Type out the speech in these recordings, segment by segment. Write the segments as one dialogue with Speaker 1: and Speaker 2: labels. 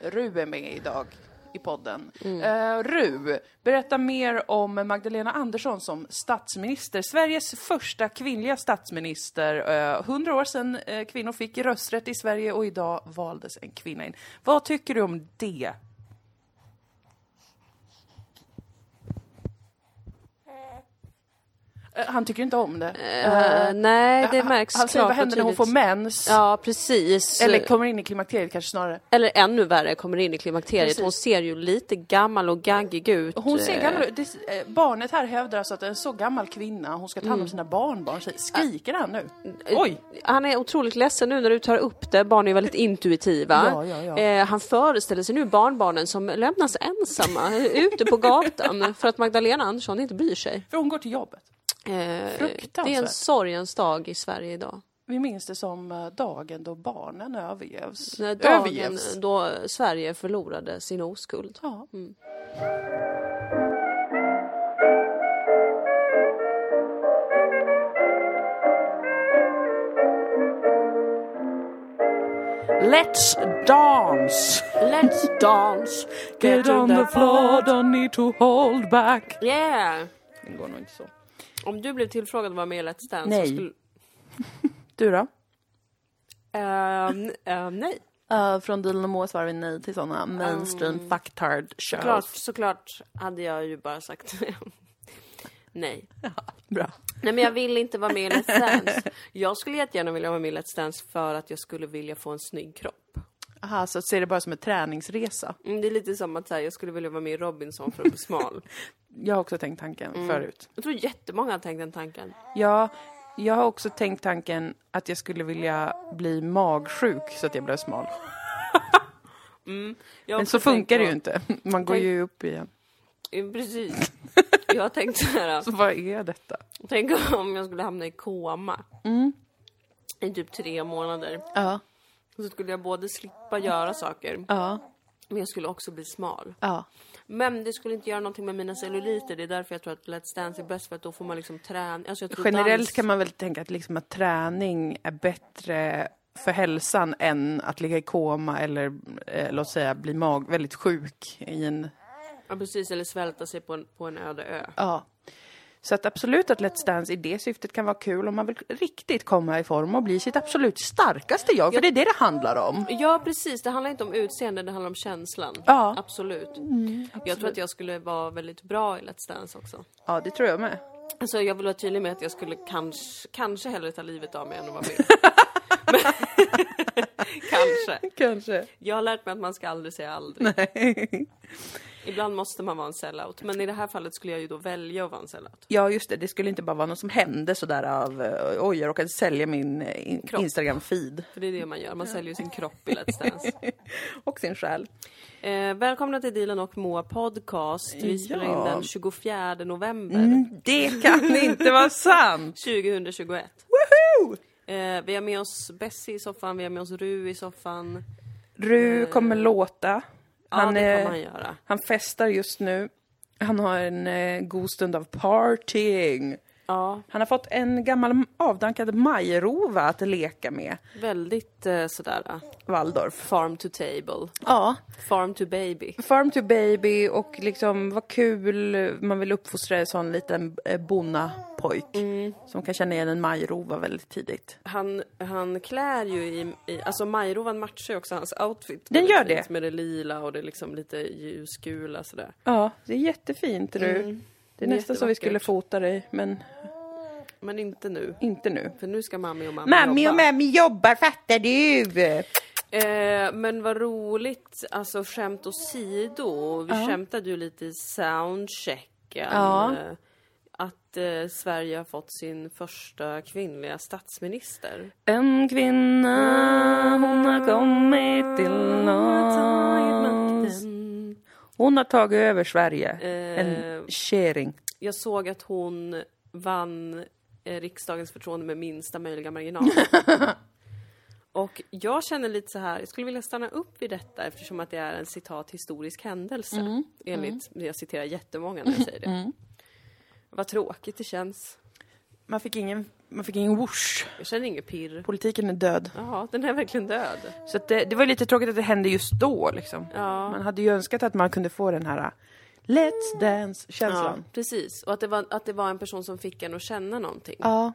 Speaker 1: Eh, Ru är med idag i podden.
Speaker 2: Mm.
Speaker 1: Eh, Ru, berätta mer om Magdalena Andersson som statsminister. Sveriges första kvinnliga statsminister. Hundra år sedan eh, kvinnor fick rösträtt i Sverige och idag valdes en kvinna in. Vad tycker du om det? Eh, Han tycker inte om det.
Speaker 2: Eh, nej, det märks
Speaker 1: Han säger
Speaker 2: klart
Speaker 1: vad
Speaker 2: och
Speaker 1: händer när hon får
Speaker 2: tydligt.
Speaker 1: mens?
Speaker 2: Ja, precis.
Speaker 1: Eller
Speaker 2: Eller,
Speaker 1: kommer in i klimakteriet kanske snarare.
Speaker 2: ännu värre, kommer in i klimakteriet.
Speaker 1: Precis.
Speaker 2: Hon ser ju lite gammal och gaggig ut.
Speaker 1: Hon ser
Speaker 2: Eh,
Speaker 1: gammal ut. Det- eh, Barnet här hävdar alltså att en så gammal kvinna, hon ska ta hand
Speaker 2: Mm.
Speaker 1: om sina barnbarn.
Speaker 2: Ah.
Speaker 1: Så Skriker han nu?
Speaker 2: Eh.
Speaker 1: Oj!
Speaker 2: Han är otroligt ledsen nu när du tar upp det. Barn är ju väldigt intuitiva.
Speaker 1: Ja, ja, ja.
Speaker 2: Eh, han föreställer sig nu barnbarnen som lämnas ensamma ute på gatan för att Magdalena Andersson inte bryr sig.
Speaker 1: För hon går till jobbet.
Speaker 2: Eh, det är en
Speaker 1: Fruktansvärt.
Speaker 2: sorgens dag i Sverige idag.
Speaker 1: Vi minns det som eh, dagen då barnen övergevs.
Speaker 2: Den här Dagen
Speaker 1: Övergevs.
Speaker 2: då Sverige förlorade sin oskuld.
Speaker 1: Ja.
Speaker 2: Mm.
Speaker 3: Let's dance. Let's dance.
Speaker 1: Get on the floor, don't need to hold back.
Speaker 2: Yeah!
Speaker 1: Den går nog inte så.
Speaker 2: Om du blev tillfrågad att vara med i Let's Dance
Speaker 1: Nej.
Speaker 2: så skulle...
Speaker 1: Du då?
Speaker 2: Ehm, ehm, nej.
Speaker 1: Eh, från Dylan och Moa svarar vi nej till sådana mainstream um, factard shows.
Speaker 2: Klart, såklart hade jag ju bara sagt nej.
Speaker 1: Bra.
Speaker 2: Nej men jag vill inte vara med i Let's Dance. Jag skulle jättegärna vilja vara med i Let's Dance för att jag skulle vilja få en snygg kropp.
Speaker 1: Aha, så ser det bara som en träningsresa.
Speaker 2: Mm, det är lite som att så här, jag skulle vilja vara med i Robinson för att bli smal.
Speaker 1: Jag har också tänkt tanken förut.
Speaker 2: Jag tror jättemånga har tänkt den tanken.
Speaker 1: Ja, jag har också tänkt tanken att jag skulle vilja bli magsjuk så att jag blev smal.
Speaker 2: Jag har
Speaker 1: Men så
Speaker 2: också tänkt
Speaker 1: funkar det
Speaker 2: på-
Speaker 1: ju inte. Man går ju upp igen.
Speaker 2: Ja, Precis. Jag har tänkt så här.
Speaker 1: Så vad är detta?
Speaker 2: Tänk om jag skulle hamna i koma.
Speaker 1: Mm.
Speaker 2: I typ tre månader.
Speaker 1: Ja,
Speaker 2: Så skulle jag både slippa göra saker,
Speaker 1: ja,
Speaker 2: men jag skulle också bli smal.
Speaker 1: ja.
Speaker 2: Men det skulle inte göra någonting med mina celluliter. Det är därför jag tror att Let's Dance är bäst, för att då får man liksom träna. Alltså jag tror dans...
Speaker 1: Generellt kan man väl tänka att, liksom att träning är bättre för hälsan än att ligga i koma eller eh, låt säga bli mag väldigt sjuk i en...
Speaker 2: Ja, precis. Eller svälta sig på en, på en öde ö.
Speaker 1: Ja. Så att absolut att Let's Dance i det syftet kan vara kul om man vill riktigt komma i form och bli sitt absolut starkaste jag, för det är det det handlar om.
Speaker 2: Ja, precis. Det handlar inte om utseende, det handlar om känslan.
Speaker 1: Ja. Mm,
Speaker 2: Absolut. Jag tror att jag skulle vara väldigt bra i Let's Dance också.
Speaker 1: Ja, det tror jag med.
Speaker 2: Alltså, jag vill vara tydlig med att jag skulle kanske, kanske hellre ta livet av mig än att vara med. Men- kanske.
Speaker 1: Kanske.
Speaker 2: Jag har lärt mig att man ska aldrig säga aldrig. Ibland måste man vara en sellout, men i det här fallet skulle jag ju då välja att vara en sellout.
Speaker 1: Ja, just det. Det skulle inte bara vara något som hände sådär av eh, oj, jag råkade sälja min eh, in-
Speaker 2: Kropp.
Speaker 1: Instagram-feed
Speaker 2: För det är det man gör, man säljer ju sin kropp i Let's Dance.
Speaker 1: och sin själ.
Speaker 2: Eh, välkomna till Dilan och Moa podcast. Vi spelar in
Speaker 1: Ja. Mm.
Speaker 2: den 24 november
Speaker 1: Det kan inte vara sant!
Speaker 2: 2021.
Speaker 1: Woho!
Speaker 2: Eh, vi har med oss Bessie i soffan, vi har med oss Ru i soffan.
Speaker 1: Ru kommer låta.
Speaker 2: Ja,
Speaker 1: Han,
Speaker 2: det
Speaker 1: eh,
Speaker 2: kommer han göra.
Speaker 1: han festar just nu. Han har en eh, god stund av partying.
Speaker 2: Ja,
Speaker 1: Han har fått en gammal avdankad majrova att leka med,
Speaker 2: väldigt eh, sådär eh,
Speaker 1: Waldorf.
Speaker 2: farm to table,
Speaker 1: Ja,
Speaker 2: farm to baby.
Speaker 1: farm to baby och liksom vad kul, man vill uppfostra en sån liten eh, bonnapojk som kan känna igen en majrova väldigt tidigt.
Speaker 2: Han, han klär ju i, i alltså majrovan matchar ju också hans outfit.
Speaker 1: Den
Speaker 2: väldigt
Speaker 1: gör det.
Speaker 2: fint Med det lila och det liksom lite ljusgula sådär.
Speaker 1: Ja, Mm. det är jättefint Ru. Det är nästan så vi
Speaker 2: Jättevackert.
Speaker 1: skulle fota dig, men
Speaker 2: Men inte nu.
Speaker 1: inte nu.
Speaker 2: För nu ska mammi och mamma
Speaker 1: Mammi
Speaker 2: jobba.
Speaker 1: och mammi jobbar, fattar du?
Speaker 2: Eh, men vad roligt, alltså skämt åsido. Vi skämtade ju lite i soundchecken.
Speaker 1: Ja.
Speaker 2: eh, Att eh, Sverige har fått sin första kvinnliga statsminister.
Speaker 1: En kvinna, hon har kommit till oss. Hon har tagit över Sverige.
Speaker 2: Eh,
Speaker 1: En kärring.
Speaker 2: Jag såg att hon vann eh, riksdagens förtroende med minsta möjliga marginal. Och jag känner lite så här, jag skulle vilja stanna upp vid detta eftersom att det är en citat historisk händelse.
Speaker 1: Mm.
Speaker 2: Enligt, jag citerar jättemånga när jag säger det. Vad tråkigt det känns.
Speaker 1: Man fick ingen, man fick ingen whoosh.
Speaker 2: Jag känner inget pirr.
Speaker 1: Politiken är död.
Speaker 2: Jaha, den är verkligen död.
Speaker 1: Så att det, det var lite tråkigt att det hände just då liksom.
Speaker 2: Ja.
Speaker 1: Man hade ju önskat att man kunde få den här äh, Let's dance-känslan.
Speaker 2: precis. Och att det, var, att det var en person som fick en att känna någonting.
Speaker 1: Ja.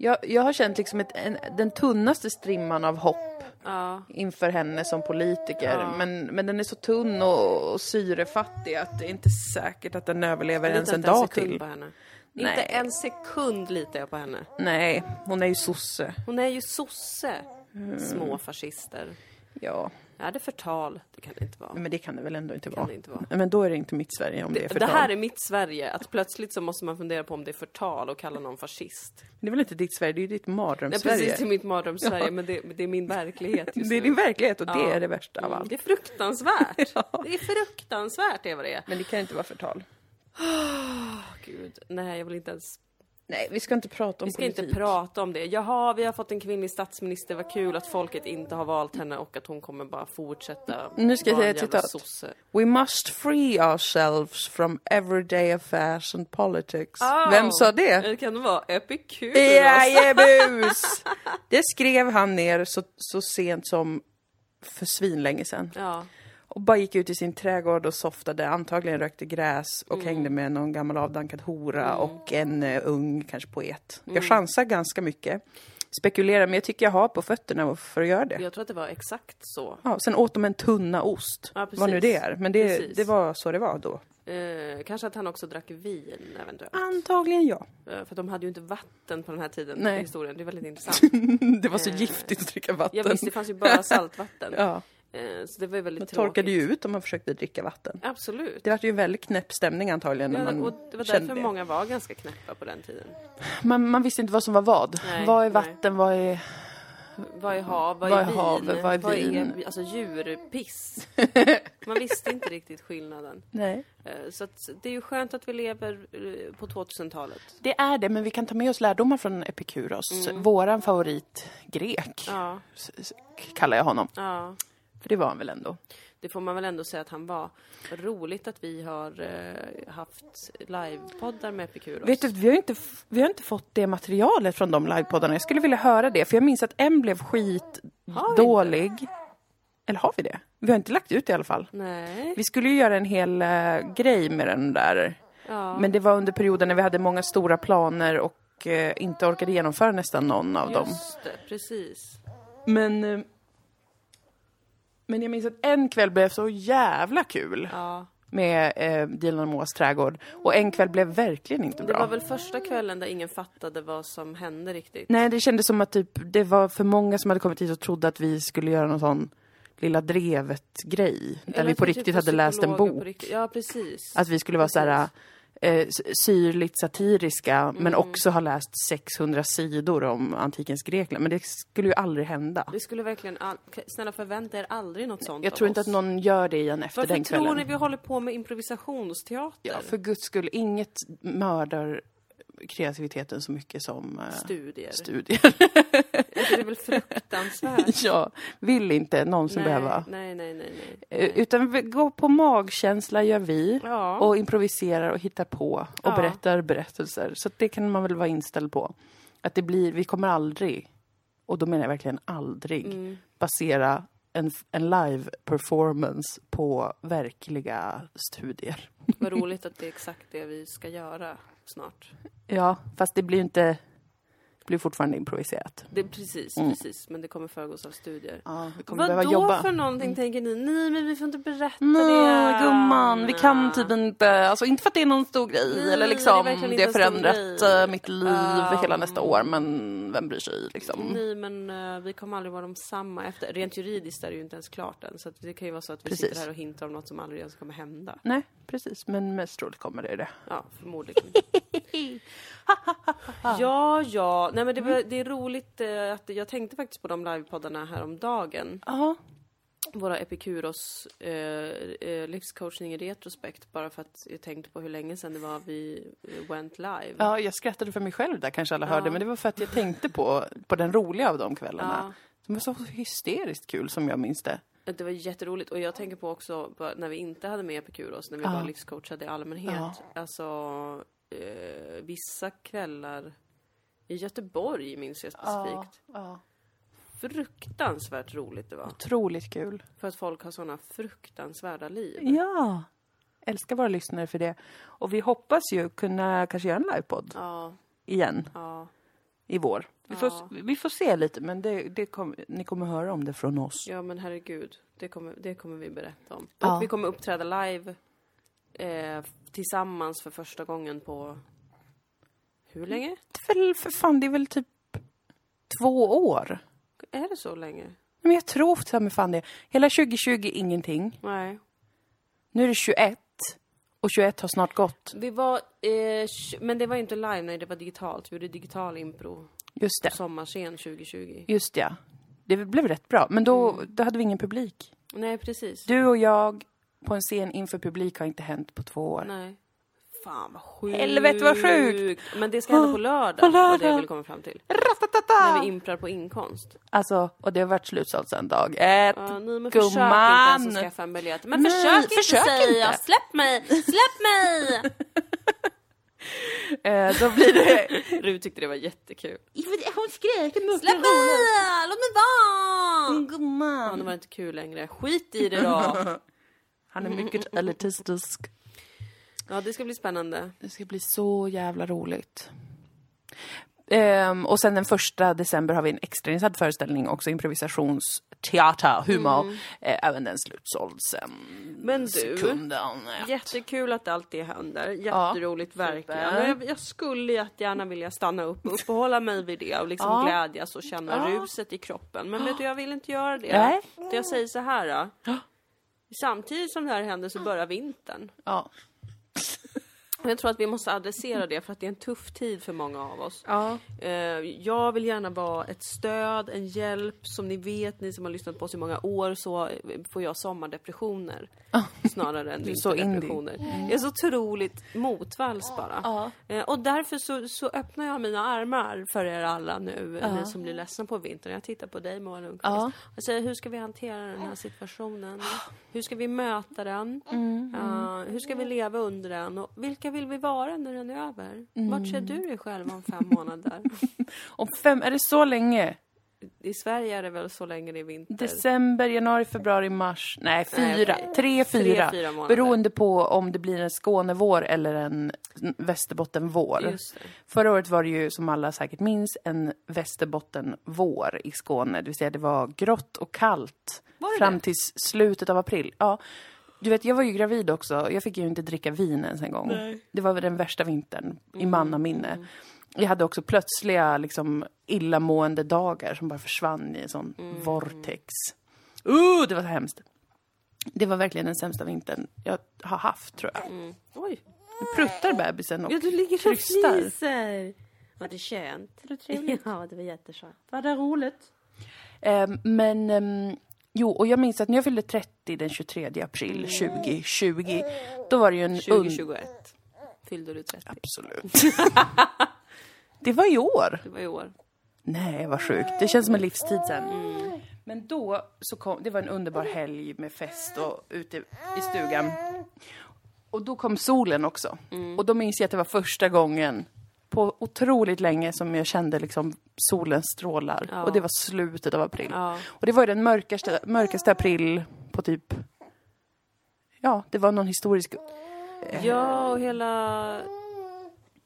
Speaker 1: Jag, jag har känt liksom ett, en, den tunnaste strimman av hopp
Speaker 2: Ja.
Speaker 1: inför henne som politiker.
Speaker 2: Ja.
Speaker 1: Men, men den är så tunn och, och syrefattig att det är inte säkert att den överlever ens
Speaker 2: Litar
Speaker 1: en
Speaker 2: inte
Speaker 1: dag
Speaker 2: sekund
Speaker 1: till.
Speaker 2: På henne.
Speaker 1: Nej.
Speaker 2: Inte en sekund litar jag på henne.
Speaker 1: Nej, hon är ju sosse.
Speaker 2: Hon är ju sosse.
Speaker 1: Mm.
Speaker 2: Små fascister.
Speaker 1: Ja,
Speaker 2: Är det förtal? Det kan det inte vara.
Speaker 1: men det kan det väl ändå inte,
Speaker 2: kan
Speaker 1: vara.
Speaker 2: det inte vara.
Speaker 1: Nej, Men då är det inte mitt Sverige om det, är
Speaker 2: Det,
Speaker 1: förtal.
Speaker 2: det här är mitt Sverige, att plötsligt så måste man fundera på om det är förtal och kalla någon fascist.
Speaker 1: det är väl inte ditt Sverige, det är ju ditt
Speaker 2: Nej,
Speaker 1: mardrömssverige.
Speaker 2: precis, det är mitt mardrömssverige, men det, men det är min verklighet just
Speaker 1: Det är
Speaker 2: nu.
Speaker 1: din verklighet och det
Speaker 2: Ja.
Speaker 1: är det värsta av
Speaker 2: Mm,
Speaker 1: allt.
Speaker 2: Det är fruktansvärt! Det är fruktansvärt, det är vad det är.
Speaker 1: Men det kan inte vara förtal.
Speaker 2: Åh, Gud. Nej, jag vill inte ens...
Speaker 1: Nej, vi ska inte prata om
Speaker 2: Vi ska
Speaker 1: politik.
Speaker 2: inte prata om det. Jaha, vi har fått en kvinnlig statsminister, vad kul att folket inte har valt henne och att hon kommer bara fortsätta
Speaker 1: Nu ska jag
Speaker 2: vara
Speaker 1: säga
Speaker 2: en
Speaker 1: ett
Speaker 2: jävla
Speaker 1: citat.
Speaker 2: sosse.
Speaker 1: We must free ourselves from everyday affairs and politics.
Speaker 2: Oh.
Speaker 1: Vem sa det?
Speaker 2: Det kan det vara Epikuros?
Speaker 1: Jajebus! Det skrev han ner så, så sent som för svinlänge sedan.
Speaker 2: Ja.
Speaker 1: Och bara gick ut i sin trädgård och softade, antagligen rökte gräs
Speaker 2: Mm.
Speaker 1: och hängde med någon gammal avdankad hora och en eh, ung, kanske poet. Jag
Speaker 2: Mm.
Speaker 1: chansar ganska mycket. Spekulerar, men jag tycker jag har på fötterna för att göra det.
Speaker 2: Jag tror att det var exakt så.
Speaker 1: Ja, sen åt de en tunna ost.
Speaker 2: Ja,
Speaker 1: vad nu det
Speaker 2: precis.
Speaker 1: är. Men det,
Speaker 2: Precis.
Speaker 1: det var så det var då.
Speaker 2: Eh, kanske att han också drack vin eventuellt.
Speaker 1: Antagligen ja.
Speaker 2: Eh, För de hade ju inte vatten på den här tiden
Speaker 1: Nej.
Speaker 2: i historien. Det är väldigt intressant.
Speaker 1: Det var så giftigt att dricka
Speaker 2: Eh, Jag
Speaker 1: vatten.
Speaker 2: visste, det fanns ju bara saltvatten.
Speaker 1: Ja,
Speaker 2: Eh, Så det var ju väldigt
Speaker 1: man
Speaker 2: tråkigt.
Speaker 1: torkade ju ut om man försökte dricka vatten.
Speaker 2: Absolut.
Speaker 1: Det var ju en väldigt knäpp stämning antagligen när
Speaker 2: Ja,
Speaker 1: man
Speaker 2: och det var
Speaker 1: kände
Speaker 2: därför
Speaker 1: det.
Speaker 2: många var ganska knäppa på den tiden.
Speaker 1: Man, man visste inte vad som var vad.
Speaker 2: Nej,
Speaker 1: vad är
Speaker 2: nej.
Speaker 1: vatten, vad är...
Speaker 2: Vad är hav? Vad är,
Speaker 1: Vad är
Speaker 2: vin?
Speaker 1: hav? Vad är vin?
Speaker 2: alltså djurpiss. Man visste inte riktigt skillnaden.
Speaker 1: Nej.
Speaker 2: Eh, Så att, det är ju skönt att vi lever eh, på 2000-talet.
Speaker 1: Det är det, men vi kan ta med oss lärdomar från Epikuros. Våran favorit grek,
Speaker 2: Ja,
Speaker 1: s- s- kallar jag honom.
Speaker 2: ja.
Speaker 1: För det var han väl ändå.
Speaker 2: Det får man väl ändå säga att han var. Roligt att vi har eh, haft livepoddar med Epikuros.
Speaker 1: Vet du, vi har, inte, f- vi har inte fått det materialet från de livepoddarna. Jag skulle vilja höra det, för jag minns att en blev
Speaker 2: Har vi
Speaker 1: skitdålig. Eller har vi det? Vi har inte lagt ut det i alla fall.
Speaker 2: Nej.
Speaker 1: Vi skulle ju göra en hel eh, grej med den där.
Speaker 2: Ja.
Speaker 1: Men det var under perioden när vi hade många stora planer och eh, inte orkade genomföra nästan någon av dem.
Speaker 2: Just det, precis.
Speaker 1: Men, eh, men jag minns att en kväll blev så jävla kul
Speaker 2: Ja.
Speaker 1: med eh, Dilan och Moas trädgård. Och en kväll blev verkligen inte
Speaker 2: Det
Speaker 1: bra.
Speaker 2: var väl första kvällen där ingen fattade vad som hände riktigt.
Speaker 1: Nej, det kändes som att typ, det var för många som hade kommit hit och trodde att vi skulle göra någon sån Lilla Drevet-grej. Där
Speaker 2: Eller
Speaker 1: vi
Speaker 2: att
Speaker 1: på
Speaker 2: typ
Speaker 1: riktigt
Speaker 2: var
Speaker 1: hade läst en
Speaker 2: psykologer på
Speaker 1: bok. Alltså-
Speaker 2: riktigt. Ja, precis.
Speaker 1: Att vi skulle vara så här eh, s- syrligt satiriska men
Speaker 2: Mm.
Speaker 1: också ha läst 600 sidor om antikens Grekland. Men det skulle ju aldrig hända.
Speaker 2: Det skulle verkligen... All... Snälla förvänta er aldrig något sånt
Speaker 1: Jag
Speaker 2: av
Speaker 1: tror inte
Speaker 2: oss.
Speaker 1: att någon gör det igen efter
Speaker 2: Varför
Speaker 1: den
Speaker 2: tror
Speaker 1: kvällen.
Speaker 2: ni vi håller på med improvisationsteater?
Speaker 1: Ja, för guds skull, inget mördar kreativiteten så mycket som eh,
Speaker 2: Studier.
Speaker 1: studier.
Speaker 2: det är väl fruktansvärt?
Speaker 1: Jag vill inte någonsin
Speaker 2: nej,
Speaker 1: behöva.
Speaker 2: nej, nej, nej, nej.
Speaker 1: Eh, Utan vi- gå på magkänsla gör vi.
Speaker 2: Ja.
Speaker 1: Och improviserar och hittar på och
Speaker 2: Ja.
Speaker 1: berättar berättelser. Så att det kan man väl vara inställd på. Att det blir, vi kommer aldrig, och då menar jag verkligen aldrig,
Speaker 2: Mm.
Speaker 1: basera en, en live-performance på verkliga studier.
Speaker 2: Vad roligt att det är exakt det vi ska göra snart.
Speaker 1: Ja, fast det blir ju inte, det blir fortfarande improviserat.
Speaker 2: Det är precis, precis. Men det kommer föregås av studier.
Speaker 1: Ja, vi Mm. kommer
Speaker 2: Vad
Speaker 1: behöva
Speaker 2: då
Speaker 1: jobba. Mm.
Speaker 2: för någonting tänker ni? Nej, men vi får inte berätta
Speaker 1: Nej,
Speaker 2: det.
Speaker 1: gumman, vi kan typ inte, alltså inte för att det är någon stor grej
Speaker 2: Nej,
Speaker 1: eller liksom
Speaker 2: det är verkligen
Speaker 1: det,
Speaker 2: inte
Speaker 1: har
Speaker 2: en stor
Speaker 1: förändrat
Speaker 2: grej.
Speaker 1: eh, mitt liv hela nästa år men vem bryr sig liksom.
Speaker 2: Nej, men eh, vi kommer aldrig vara de samma efter. Rent juridiskt är det ju inte ens klart än. Så att det kan ju vara så att vi
Speaker 1: Precis.
Speaker 2: sitter här och hintar om något som aldrig ens kommer hända.
Speaker 1: Nej, precis, men mest troligt kommer det det.
Speaker 2: Ja, förmodligen. ja, ja. Nej, men
Speaker 1: Mm.
Speaker 2: det, var- det är roligt eh, att jag tänkte faktiskt på de livepoddarna häromdagen.
Speaker 1: Ja,
Speaker 2: Våra Epikuros eh, eh, livscoachning i retrospekt. Bara för att jag tänkte på hur länge sedan det var vi eh, went live.
Speaker 1: ja, jag skrattade för mig själv där kanske alla hörde men det var för att jag tänkte på, på den roliga av de kvällarna. Det var så hysteriskt kul som jag minns det.
Speaker 2: Det var jätteroligt och jag tänker på också på när vi inte hade med Epikuros, när vi
Speaker 1: Ja.
Speaker 2: bara livscoachade i allmänhet.
Speaker 1: Ja.
Speaker 2: Alltså eh, vissa Alltså, kvällar I Göteborg minns jag specifikt.
Speaker 1: Ja.
Speaker 2: Fruktansvärt roligt det var.
Speaker 1: Otroligt kul.
Speaker 2: För att folk har såna fruktansvärda liv.
Speaker 1: Ja. Älskar våra lyssnare för det. Och vi hoppas ju kunna kanske göra en livepodd
Speaker 2: Ja,
Speaker 1: igen
Speaker 2: ja.
Speaker 1: i vår. Vi får,
Speaker 2: Ja.
Speaker 1: vi får se lite, men det, det kom, ni kommer höra om det från oss.
Speaker 2: Ja men herregud, det kommer, det kommer vi berätta om.
Speaker 1: Ja.
Speaker 2: Och vi kommer uppträda live eh, tillsammans för första gången på hur länge?
Speaker 1: Det är väl för fan, det är väl typ två år?
Speaker 2: Är det så länge?
Speaker 1: Men jag tror för mig fan det. Hela 2020 ingenting.
Speaker 2: Nej.
Speaker 1: Nu är det 21 och 21 har snart gått.
Speaker 2: Vi var, eh, tj- men det var inte live, nej det var digitalt. Vi gjorde digital impro
Speaker 1: Just det.
Speaker 2: sommarscen 2020.
Speaker 1: Just det. Det blev rätt bra, men då, då hade vi ingen publik.
Speaker 2: Nej precis.
Speaker 1: Du och jag på en scen inför publik har inte hänt på två år.
Speaker 2: Nej. Fan vad sjukt.
Speaker 1: Helvete, vad sjukt.
Speaker 2: Men det ska hända på lördag.
Speaker 1: På lördag.
Speaker 2: Var det jag vill komma fram till. När vi imprar på inkomst.
Speaker 1: Alltså, och det har varit slutsålt sedan dag ett.
Speaker 2: Ja, nej, men försök inte ens
Speaker 1: Gumman!
Speaker 2: att skaffa en biljett. Men
Speaker 1: Nej,
Speaker 2: försök inte
Speaker 1: försök
Speaker 2: säger jag.
Speaker 1: inte.
Speaker 2: Släpp mig! Släpp mig!
Speaker 1: Eh, då blir det...
Speaker 2: Ru tyckte det var jättekul.
Speaker 1: Hon skrek.
Speaker 2: Släpp mig! Låt mig
Speaker 1: Mm.
Speaker 2: vara! Ja, det
Speaker 1: Gumman!
Speaker 2: var inte kul längre. Skit i det då!
Speaker 1: Han är mycket elitistisk.
Speaker 2: Ja, det ska bli spännande.
Speaker 1: Det ska bli så jävla roligt. Ehm, och sen den första december har vi en extrainsatt föreställning också, improvisationsteater, humor. Eh, även den slutsåld sen.
Speaker 2: Men
Speaker 1: Uh.
Speaker 2: du,
Speaker 1: Sekunden.
Speaker 2: jättekul att allt det händer. Jätteroligt verkligen.
Speaker 1: super.
Speaker 2: Men jag, jag skulle jättegärna vilja stanna upp och uppehålla mig vid det och liksom
Speaker 1: Ja.
Speaker 2: glädjas och känna ruset i kroppen. Men vet du, jag vill inte göra det.
Speaker 1: Nej.
Speaker 2: Så jag säger så här då. Samtidigt som det här händer så börjar vintern.
Speaker 1: Ja.
Speaker 2: Och Jag tror att vi måste adressera det för att det är en tuff tid för många av oss.
Speaker 1: Ja.
Speaker 2: Eh, Jag vill gärna vara ett stöd, en hjälp. Som ni vet, ni som har lyssnat på oss i många år, så eh, får jag sommardepressioner snarare än
Speaker 1: Du är så Mm.
Speaker 2: vinterdepressioner. Jag är så otroligt motvalls bara. Eh, Och därför så, så öppnar jag mina armar för er alla nu, ni som blir ledsna på vintern. Jag tittar på dig Moa Lundqvist.
Speaker 1: Ja.
Speaker 2: Jag säger, hur ska vi hantera den här situationen? Hur ska vi möta den? Eh, hur ska vi leva under den? Och vilka vill vi vara när den är över? Vart ser du dig själv om fem månader?
Speaker 1: Om fem, är det så länge?
Speaker 2: I Sverige är det väl så länge det är vinter?
Speaker 1: December, januari, februari, mars. Nej,
Speaker 2: Nej,
Speaker 1: fyra.
Speaker 2: okej.
Speaker 1: Tre, fyra.
Speaker 2: fyra månader.
Speaker 1: Beroende på om det blir en Skånevår eller en Västerbottenvår.
Speaker 2: Just det.
Speaker 1: Förra året var det ju, som alla säkert minns, en Västerbottenvår i Skåne. Det vill säga, det var grått och kallt
Speaker 2: Var det
Speaker 1: fram
Speaker 2: det?
Speaker 1: till slutet av april. Ja. Du vet, jag var ju gravid också. Jag fick ju inte dricka vin ens en gång. Det var väl den värsta vintern i
Speaker 2: Mm.
Speaker 1: mannaminne. Jag hade också plötsliga liksom, illamående dagar som bara försvann i en sån
Speaker 2: Mm.
Speaker 1: vortex. Uh, det var så hemskt. Det var verkligen den sämsta vintern jag har haft, tror jag.
Speaker 2: Oj!
Speaker 1: Nu pruttar bebisen och
Speaker 2: Ja, du ligger och
Speaker 1: krystar.
Speaker 2: fnyser! Var det skönt? Var det trevligt? Ja, det var jätteskönt. Var det roligt?
Speaker 1: Ehm, men ehm, jo, och jag minns att när jag fyllde 30 den 23 april 2020, då var det ju en... un-
Speaker 2: 2021 fyllde du 30.
Speaker 1: Absolut. det var i år.
Speaker 2: Det var i år.
Speaker 1: Nej, vad sjukt. Det känns som en livstid sen. Mm. Men då så kom, det var en underbar helg med fest och ute i stugan. Och då kom solen också. Och då minns jag att det var första gången på otroligt länge som jag kände liksom solens strålar. Och det var slutet av april.
Speaker 2: Ja.
Speaker 1: Och det var ju den mörkaste, mörkaste april på typ... Ja, det var någon historisk...
Speaker 2: Ja, och hela...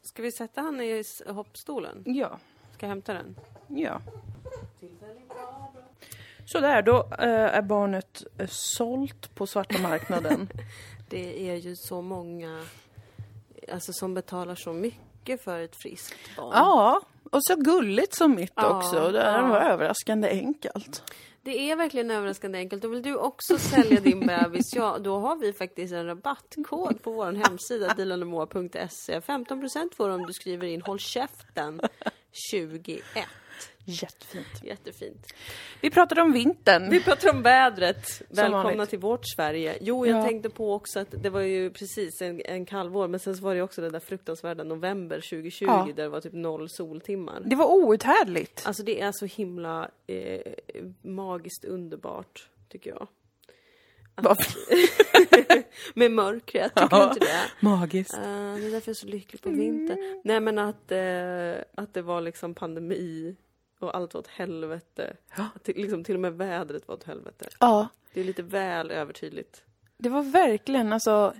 Speaker 2: Ska vi sätta han i s- hoppstolen?
Speaker 1: Ja.
Speaker 2: Ska jag hämta den?
Speaker 1: Ja. Sådär, då eh, är barnet eh, sålt på svarta marknaden.
Speaker 2: Det är ju så många alltså, som betalar så mycket för ett friskt barn.
Speaker 1: ja, och så gulligt som mitt
Speaker 2: Ja,
Speaker 1: också. Det här var överraskande enkelt.
Speaker 2: Det är verkligen överraskande enkelt. Och vill du också sälja din bebis, ja då har vi faktiskt en rabattkod på vår hemsida dilandemoa.se. 15% får du om du skriver in Håll käften 21.
Speaker 1: Jättefint.
Speaker 2: Jättefint.
Speaker 1: Vi pratade om vintern.
Speaker 2: Vi pratar om vädret. Välkomna
Speaker 1: vanligt.
Speaker 2: till vårt Sverige. Jo, jag
Speaker 1: Ja.
Speaker 2: tänkte på också att det var ju precis en, en kallvår, men sen så var det ju också den där fruktansvärda november 2020
Speaker 1: Ja.
Speaker 2: där det var typ noll soltimmar.
Speaker 1: Det var outhärdligt.
Speaker 2: Alltså det är så himla eh, magiskt underbart, tycker jag.
Speaker 1: Varför?
Speaker 2: med mörkret. Tycker du inte det?
Speaker 1: Magiskt.
Speaker 2: Eh, det är därför jag är så lycklig på vintern. Nej men att, eh, att det var liksom pandemi och allt var åt helvete. Att det, liksom, till och med vädret var åt helvete.
Speaker 1: Ja,
Speaker 2: Det är lite väl övertydligt.
Speaker 1: det var verkligen alltså...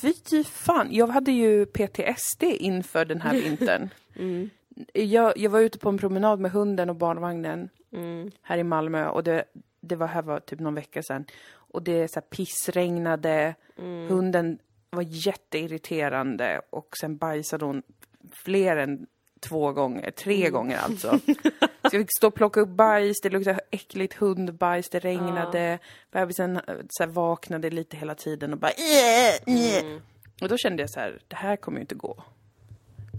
Speaker 1: Fy fan. Jag hade ju PTSD inför den här vintern. jag, jag var ute på en promenad med hunden och barnvagnen här i Malmö och det, det var här var typ någon vecka sedan. Och det så här pissregnade, hunden var jätteirriterande och sen bajsade hon fler än två gånger, tre gånger alltså. Så jag fick stå och plocka upp bajs, det luktade äckligt hundbajs, det regnade. Bebisen eh, så här, vaknade lite hela tiden och bara "Äh, äh." Och då kände jag så här, det här kommer ju inte gå.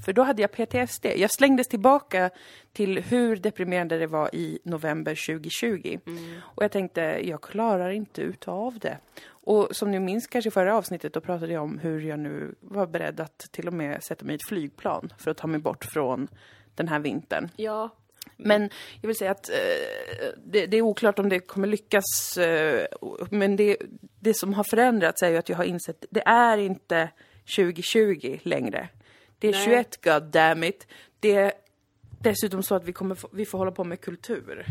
Speaker 1: För då hade jag PTSD. Jag slängdes tillbaka till hur deprimerande det var i november 2020. Och jag tänkte, jag klarar inte utav det. Och som ni minns kanske i förra avsnittet, då pratade jag om hur jag nu var beredd att till och med sätta mig i ett flygplan för att ta mig bort från den här vintern.
Speaker 2: Ja.
Speaker 1: Men jag vill säga att eh, det, det är oklart om det kommer lyckas. Eh, men det, det som har förändrats är ju att jag har insett det är inte 2020 längre. Det är
Speaker 2: Nej.
Speaker 1: 21, god damn it. Det är dessutom så att vi, kommer få, vi får hålla på med kultur.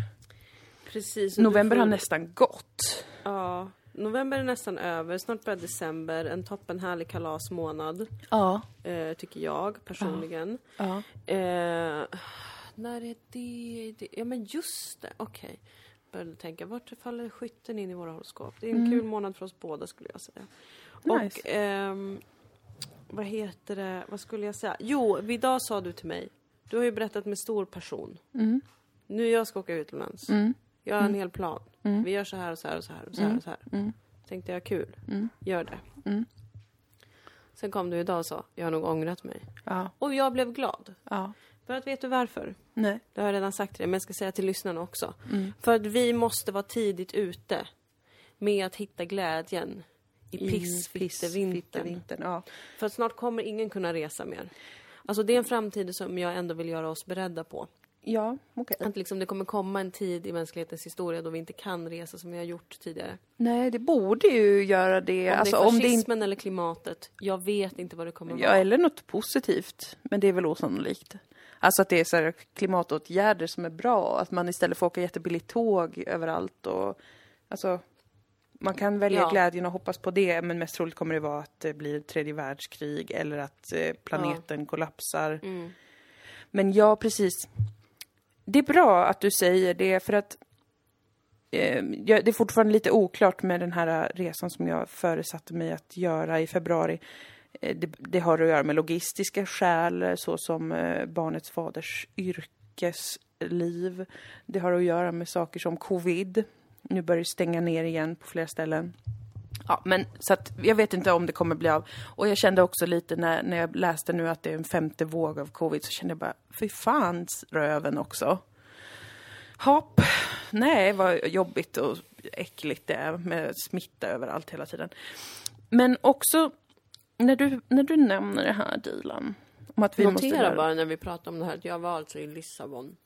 Speaker 2: Precis. och du
Speaker 1: November
Speaker 2: får-
Speaker 1: har nästan gått.
Speaker 2: Ja. November är nästan över, snart börjar december. En toppen härlig kalasmånad,
Speaker 1: Ja.
Speaker 2: eh, tycker jag personligen.
Speaker 1: ja.
Speaker 2: Eh, när är det, det? Ja men just det, okej. Började tänka, vart faller skytten in i våra horoskop? Det är en kul månad för oss båda skulle jag säga.
Speaker 1: Nice.
Speaker 2: Och ehm, vad heter det, vad skulle jag säga? Jo, idag sa du till mig, du har ju berättat med stor person.
Speaker 1: Mm.
Speaker 2: Nu jag ska åka utomlands. Jag har en hel plan.
Speaker 1: Mm.
Speaker 2: Vi gör så här och så här och så här och så här. Och så här. Tänkte jag, kul.
Speaker 1: Mm.
Speaker 2: Gör det. Sen kom du idag och sa, jag har nog ångrat mig.
Speaker 1: Ja.
Speaker 2: Och jag blev glad.
Speaker 1: Ja.
Speaker 2: För att vet du varför?
Speaker 1: Nej.
Speaker 2: Det har jag redan sagt till dig, men jag ska säga till lyssnarna också.
Speaker 1: Mm.
Speaker 2: För att vi måste vara tidigt ute med att hitta glädjen i pissfittevintern.
Speaker 1: Vintern, Mm. ja.
Speaker 2: För att snart kommer ingen kunna resa mer. Alltså det är en framtid som jag ändå vill göra oss beredda på.
Speaker 1: Ja, okej.
Speaker 2: Att liksom det kommer komma en tid i mänsklighetens historia då vi inte kan resa som vi har gjort tidigare.
Speaker 1: Nej, det borde ju göra det.
Speaker 2: Om
Speaker 1: alltså,
Speaker 2: det är
Speaker 1: om det inte...
Speaker 2: fascismen eller klimatet, jag vet inte vad det kommer
Speaker 1: Ja,
Speaker 2: vara.
Speaker 1: eller något positivt. Men det är väl osannolikt. Alltså att det är så här klimatåtgärder som är bra. Att man istället får åka jättebilligt tåg överallt. Och, alltså, man kan välja
Speaker 2: Ja.
Speaker 1: glädjen och hoppas på det. Men mest troligt kommer det vara att det blir tredje världskrig. Eller att eh, planeten kollapsar. Men ja, precis. Det är bra att du säger det. För att eh, jag, det är fortfarande lite oklart med den här resan som jag föresatte mig att göra i februari. Eh, Det, det har att göra med logistiska skäl såsom eh, barnets faders yrkesliv. Det har att göra med saker som covid. Nu börjar det stänga ner igen på flera ställen. Ja, men så att jag vet inte om det kommer bli av. Och jag kände också lite när, när jag läste nu att det är en femte våg av covid så kände jag bara, fy fan röven också. Hopp. Nej, vad jobbigt och äckligt det är med smitta överallt hela tiden. Men också, när du, när du nämner det här Dilan, om att vi måste...
Speaker 2: Notera
Speaker 1: göra-
Speaker 2: bara när vi pratar om det här att jag var alltså i Lissabon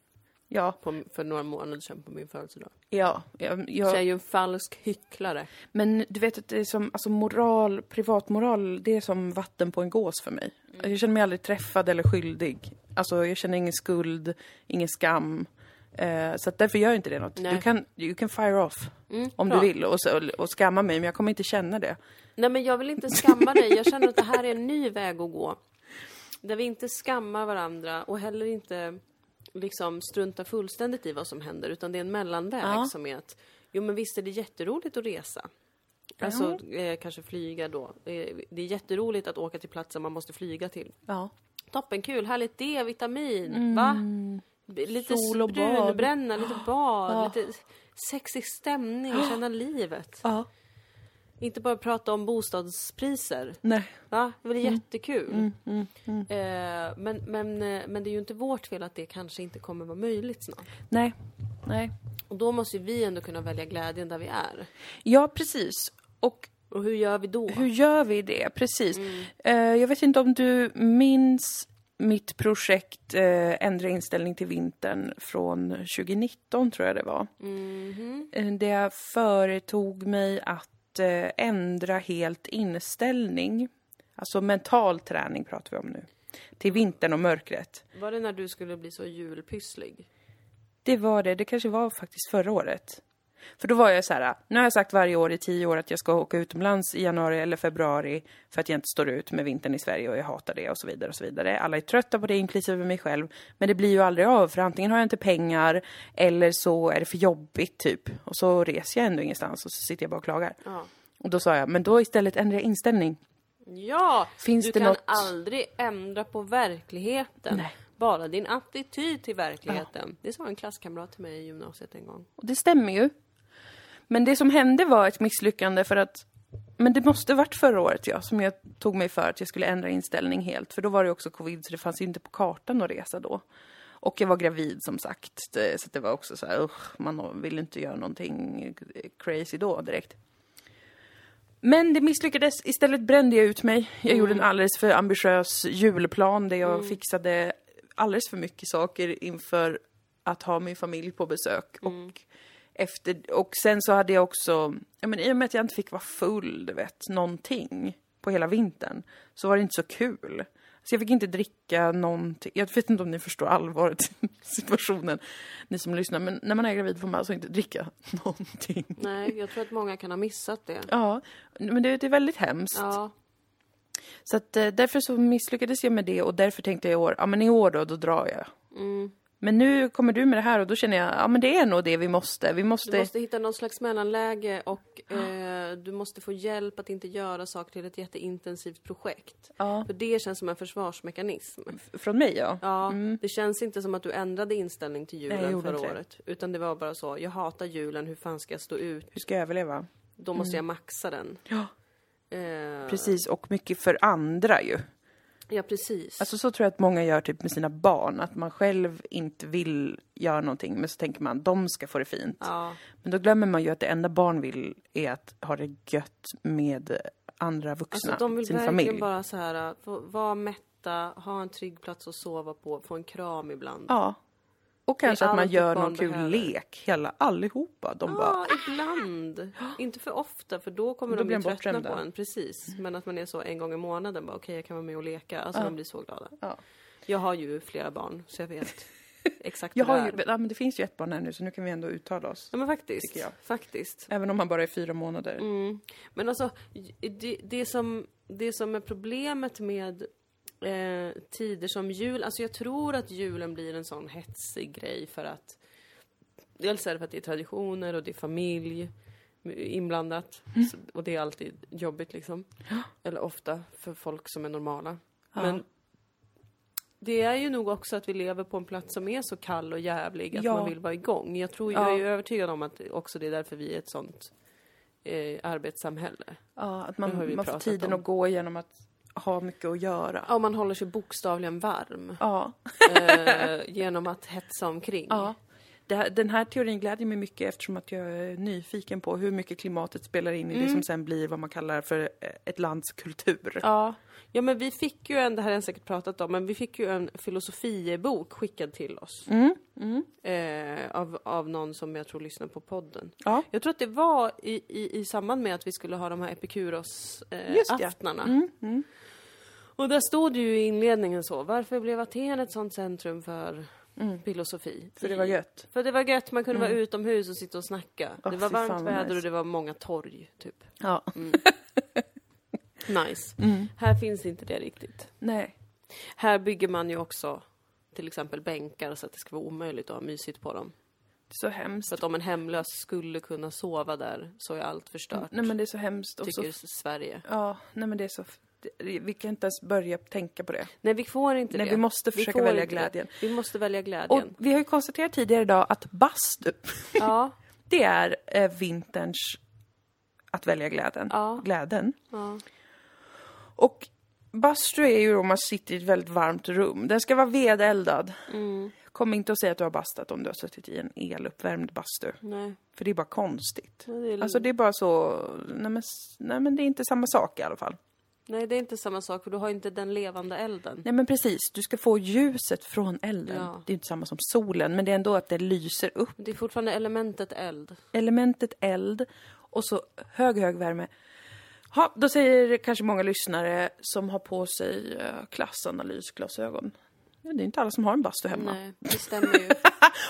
Speaker 1: Ja,
Speaker 2: på, för några månader sedan på min födelsedag.
Speaker 1: ja, jag, jag,
Speaker 2: Så jag är ju en falsk hycklare.
Speaker 1: Men du vet att det är som, alltså moral, privatmoral, det är som vatten på en gås för mig.
Speaker 2: Mm.
Speaker 1: Jag känner mig aldrig träffad eller skyldig. Alltså jag känner ingen skuld, ingen skam. Eh, så att därför gör jag inte det något.
Speaker 2: Nej. Mm,
Speaker 1: Du kan, you can fire off om
Speaker 2: bra.
Speaker 1: du vill och, så- och skamma mig, men jag kommer inte känna det.
Speaker 2: Nej men jag vill inte skamma dig, jag känner att det här är en ny väg att gå. Där vi inte skammar varandra och heller inte liksom struntar fullständigt i vad som händer utan det är en mellanväg som är att jo men visst är det jätteroligt att resa. Alltså eh, kanske flyga då. Eh, det är jätteroligt att åka till platser man måste flyga till.
Speaker 1: Ja.
Speaker 2: Toppenkul, härligt D-vitamin, va? B- Lite
Speaker 1: Mm. Sol och bad.
Speaker 2: brunbränna, lite bad, lite sexig stämning, känna livet.
Speaker 1: Ja.
Speaker 2: Inte bara prata om bostadspriser.
Speaker 1: Nej.
Speaker 2: Va? Det var
Speaker 1: Mm.
Speaker 2: jättekul. Eh, men, men, eh, men det är ju inte vårt fel att det kanske inte kommer vara möjligt snart.
Speaker 1: Nej. Nej.
Speaker 2: Och då måste ju vi ändå kunna välja glädjen där vi är.
Speaker 1: Ja, precis. Och
Speaker 2: Och hur gör vi då?
Speaker 1: Hur gör vi det? Precis. Eh, jag vet inte om du minns mitt projekt eh, Ändra inställning till vintern från 2019 tror jag det var. Eh, Där jag företog mig att att eh, ändra helt inställning, alltså mental träning pratar vi om nu, till vintern och mörkret.
Speaker 2: Var det när du skulle bli så julpysslig?
Speaker 1: Det var det. Det kanske var faktiskt förra året. För då var jag så här, nu har jag sagt varje år i tio år att jag ska åka utomlands i januari eller februari för att jag inte står ut med vintern i Sverige och jag hatar det och så vidare och så vidare. Alla är trötta på det, inklusive mig själv. Men det blir ju aldrig av för antingen har jag inte pengar eller så är det för jobbigt typ. Och så reser jag ändå ingenstans och så sitter jag bara och klagar.
Speaker 2: Ja.
Speaker 1: Och då sa jag, men då istället ändrar jag inställning.
Speaker 2: Ja!
Speaker 1: Finns
Speaker 2: du
Speaker 1: det
Speaker 2: kan
Speaker 1: något-
Speaker 2: aldrig ändra på verkligheten.
Speaker 1: Nej.
Speaker 2: Bara din attityd till verkligheten. Det sa en klasskamrat till mig i gymnasiet en gång.
Speaker 1: Och det stämmer ju. Men det som hände var ett misslyckande för att... Men det måste varit förra året, ja, som jag tog mig för att jag skulle ändra inställning helt. För då var det också covid, så det fanns ju inte på kartan att resa då. Och jag var gravid, som sagt. Det- Så att det var också så här, usch, man vill inte göra någonting crazy då direkt. Men det misslyckades. Istället brände jag ut mig. Jag gjorde en alldeles för ambitiös julplan där jag fixade alldeles för mycket saker inför att ha min familj på besök. Och, efter, och sen så hade jag också, ja, men i och med att jag inte fick vara full, du vet, någonting på hela vintern, så var det inte så kul. Så jag fick inte dricka någonting. Jag vet inte om ni förstår allvaret i situationen, ni som lyssnar, men när man är gravid får man alltså inte dricka någonting.
Speaker 2: Nej, jag tror att många kan ha missat det.
Speaker 1: Ja, men det, det är väldigt hemskt.
Speaker 2: Ja.
Speaker 1: Så att, eh, därför så misslyckades jag med det och därför tänkte jag i år, ja men i år då, då drar jag. Mm. Men nu kommer du med det här och då känner jag, ja men det är nog det vi måste. Vi måste...
Speaker 2: Du måste hitta någon slags mellanläge och eh, du måste få hjälp att inte göra saker till ett jätteintensivt projekt.
Speaker 1: Ja.
Speaker 2: För det känns som en försvarsmekanism.
Speaker 1: Från mig ja.
Speaker 2: Ja, det känns inte som att du ändrade inställning till
Speaker 1: Mm. Nej, jag
Speaker 2: julen
Speaker 1: gjorde
Speaker 2: förra
Speaker 1: inte det.
Speaker 2: året. Utan det var bara så, jag hatar julen, hur fan ska jag stå ut?
Speaker 1: Hur ska jag överleva?
Speaker 2: Då måste jag maxa den.
Speaker 1: Mm. Ja.
Speaker 2: Eh,
Speaker 1: Precis, och mycket för andra ju.
Speaker 2: ja, precis.
Speaker 1: Alltså så tror jag att många gör typ med sina barn, att man själv inte vill göra någonting men så tänker man de ska få det fint.
Speaker 2: ja.
Speaker 1: Men då glömmer man ju att det enda barn vill är att ha det gött med andra vuxna,
Speaker 2: Alltså de vill
Speaker 1: sin
Speaker 2: verkligen
Speaker 1: familj.
Speaker 2: bara så här, få, vara mätta, ha en trygg plats att sova på, få en kram ibland.
Speaker 1: Ja. Och kanske
Speaker 2: är
Speaker 1: att man
Speaker 2: allt
Speaker 1: gör
Speaker 2: ett barn
Speaker 1: någon kul
Speaker 2: behöver.
Speaker 1: lek, hela allihopa. De bara, "Ah!"
Speaker 2: Ja, ibland. Inte för ofta, för då kommer
Speaker 1: Då
Speaker 2: de
Speaker 1: blir
Speaker 2: ju
Speaker 1: de
Speaker 2: tröttna
Speaker 1: bortskämda. Mm.
Speaker 2: på en. Precis. Men att man är så en gång i månaden, bara okej jag kan vara med och leka. Alltså de blir så glada.
Speaker 1: Ja.
Speaker 2: Jag har ju flera barn, så jag vet exakt
Speaker 1: jag
Speaker 2: hur det
Speaker 1: har
Speaker 2: är.
Speaker 1: ju, ja, men det finns ju ett barn här nu så nu kan vi ändå uttala oss.
Speaker 2: Ja men faktiskt.
Speaker 1: Tycker jag.
Speaker 2: Faktiskt.
Speaker 1: Även om han bara är fyra månader.
Speaker 2: Men alltså, det, det, som, det som är problemet med eh, tider som jul, alltså jag tror att julen blir en sån hetsig grej för att dels är det för att det är traditioner och det är familj inblandat så, och det är alltid jobbigt liksom. Eller ofta för folk som är normala. Men det är ju nog också att vi lever på en plats som är så kall och jävlig att
Speaker 1: Ja.
Speaker 2: man vill vara igång. Jag, tror, jag är ju övertygad om att också det är därför vi är ett sånt eh, arbetssamhälle.
Speaker 1: Ja, att
Speaker 2: Det har vi
Speaker 1: man, man får
Speaker 2: pratat
Speaker 1: tiden
Speaker 2: om.
Speaker 1: att gå genom att ha mycket att göra.
Speaker 2: Ja, man håller sig bokstavligen varm
Speaker 1: Ja.
Speaker 2: eh, genom att hetsa omkring.
Speaker 1: ja. Det här, den här teorin glädjer mig mycket eftersom att jag är nyfiken på hur mycket klimatet spelar in i det som sen blir vad man kallar för eh, ett lands kultur.
Speaker 2: Ja. ja, men vi fick ju en, det här har jag säkert pratat om, men vi fick ju en filosofibok skickad till oss.
Speaker 1: Mm.
Speaker 2: Eh, av, av någon som jag tror lyssnar på podden.
Speaker 1: Ja.
Speaker 2: Jag tror att det var i, i, i samband med att vi skulle ha de här Epikuros-aftnarna. Eh,
Speaker 1: Just det. Mm,
Speaker 2: aftnarna. Och där stod det ju i inledningen så, varför blev Aten ett sånt centrum för
Speaker 1: Mm.
Speaker 2: filosofi?
Speaker 1: För det var gött. Mm.
Speaker 2: För det var gött, man kunde vara utomhus och sitta och snacka.
Speaker 1: Åh,
Speaker 2: det var
Speaker 1: fy fan
Speaker 2: varmt
Speaker 1: vad
Speaker 2: väder
Speaker 1: nice.
Speaker 2: och det var många torg, typ.
Speaker 1: Ja.
Speaker 2: Nice.
Speaker 1: Mm.
Speaker 2: Här finns inte det riktigt.
Speaker 1: Nej.
Speaker 2: Här bygger man ju också till exempel bänkar så att det ska vara omöjligt att ha mysigt på dem.
Speaker 1: Så hemskt.
Speaker 2: Så att om en hemlös skulle kunna sova där så är allt förstört,
Speaker 1: Nej men det är så hemskt. Och så
Speaker 2: tycker Sverige.
Speaker 1: Ja, nej men det är så... det- Vi kan inte ens börja tänka på det.
Speaker 2: Nej, vi får inte
Speaker 1: Nej,
Speaker 2: det.
Speaker 1: vi måste försöka
Speaker 2: får
Speaker 1: välja
Speaker 2: inte det.
Speaker 1: glädjen.
Speaker 2: Vi måste välja
Speaker 1: Och
Speaker 2: glädjen.
Speaker 1: vi har ju konstaterat tidigare idag att bastu,
Speaker 2: Ja,
Speaker 1: det är eh, vinterns att välja glädjen.
Speaker 2: Ja.
Speaker 1: glädjen.
Speaker 2: ja.
Speaker 1: Och bastu är ju då man sitter i ett väldigt varmt rum. Den ska vara vedeldad. Kom inte och säg att du har bastat om du har suttit i en eluppvärmd bastu.
Speaker 2: Nej.
Speaker 1: För det är bara konstigt.
Speaker 2: Ja, det är-
Speaker 1: Alltså det är bara så, nej men, s- nej men det är inte samma sak i alla fall.
Speaker 2: Nej, det är inte samma sak för du har inte den levande elden.
Speaker 1: Nej men precis, du ska få ljuset från elden.
Speaker 2: Ja.
Speaker 1: Det är inte samma som solen, men det är ändå att det lyser upp.
Speaker 2: Det är fortfarande elementet eld.
Speaker 1: Elementet eld och så hög, hög värme. Ha, då säger kanske många lyssnare som har på sig eh, klassanalysglasögon. Ja, Det är inte alla som har en bastu hemma.
Speaker 2: Nej, det stämmer ju.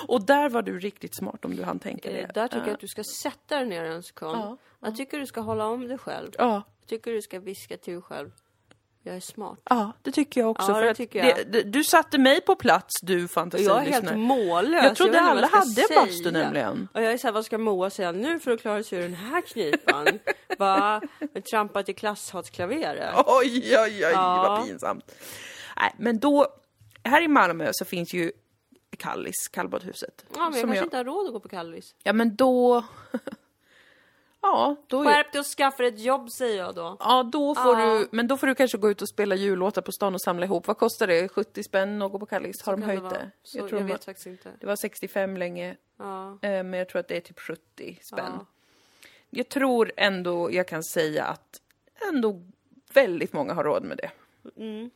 Speaker 1: Och där var du riktigt smart om du hann tänka det.
Speaker 2: Eh, Där tycker jag att du ska sätta dig ner en sekund.
Speaker 1: Ja.
Speaker 2: Jag tycker du ska hålla om dig själv.
Speaker 1: Ja,
Speaker 2: Jag tycker du ska viska till dig själv. Jag är smart.
Speaker 1: ja, det tycker jag också.
Speaker 2: Ja,
Speaker 1: för
Speaker 2: det
Speaker 1: att
Speaker 2: tycker jag.
Speaker 1: Det, det, du satte mig på plats, du
Speaker 2: Jag är helt
Speaker 1: fantasilyssnare.
Speaker 2: mållös.
Speaker 1: Jag trodde
Speaker 2: vet inte vad
Speaker 1: alla
Speaker 2: jag ska
Speaker 1: hade en bastu
Speaker 2: säga.
Speaker 1: nämligen.
Speaker 2: Och jag är såhär, vad ska Moa säga nu för att klara sig ur den här knipan? Va? Men Trampat i klasshatsklaveret?
Speaker 1: Oj, oj, oj,
Speaker 2: Ja.
Speaker 1: vad pinsamt. Nej, men då, här i Malmö så finns ju Kallis, kallbadhuset.
Speaker 2: Ja, men jag
Speaker 1: Som
Speaker 2: kanske
Speaker 1: jag-
Speaker 2: inte har råd att gå på Kallis.
Speaker 1: Ja, men då... ja, då... är-
Speaker 2: Skärp dig och skaffa dig ett jobb säger jag då.
Speaker 1: Ja, då får
Speaker 2: Ja.
Speaker 1: du... Men då får du kanske gå ut och spela jullåtar på stan och samla ihop. Vad kostar det? 70 spänn att gå på Kallis? Har de
Speaker 2: Kan det
Speaker 1: höjt
Speaker 2: vara.
Speaker 1: det?
Speaker 2: Så jag,
Speaker 1: tror de har-
Speaker 2: vet faktiskt inte.
Speaker 1: det var 65 länge,
Speaker 2: Ja.
Speaker 1: eh, men jag tror att det är typ 70 spänn.
Speaker 2: Ja.
Speaker 1: Jag tror ändå jag kan säga att ändå väldigt många har råd med det.
Speaker 2: Mm.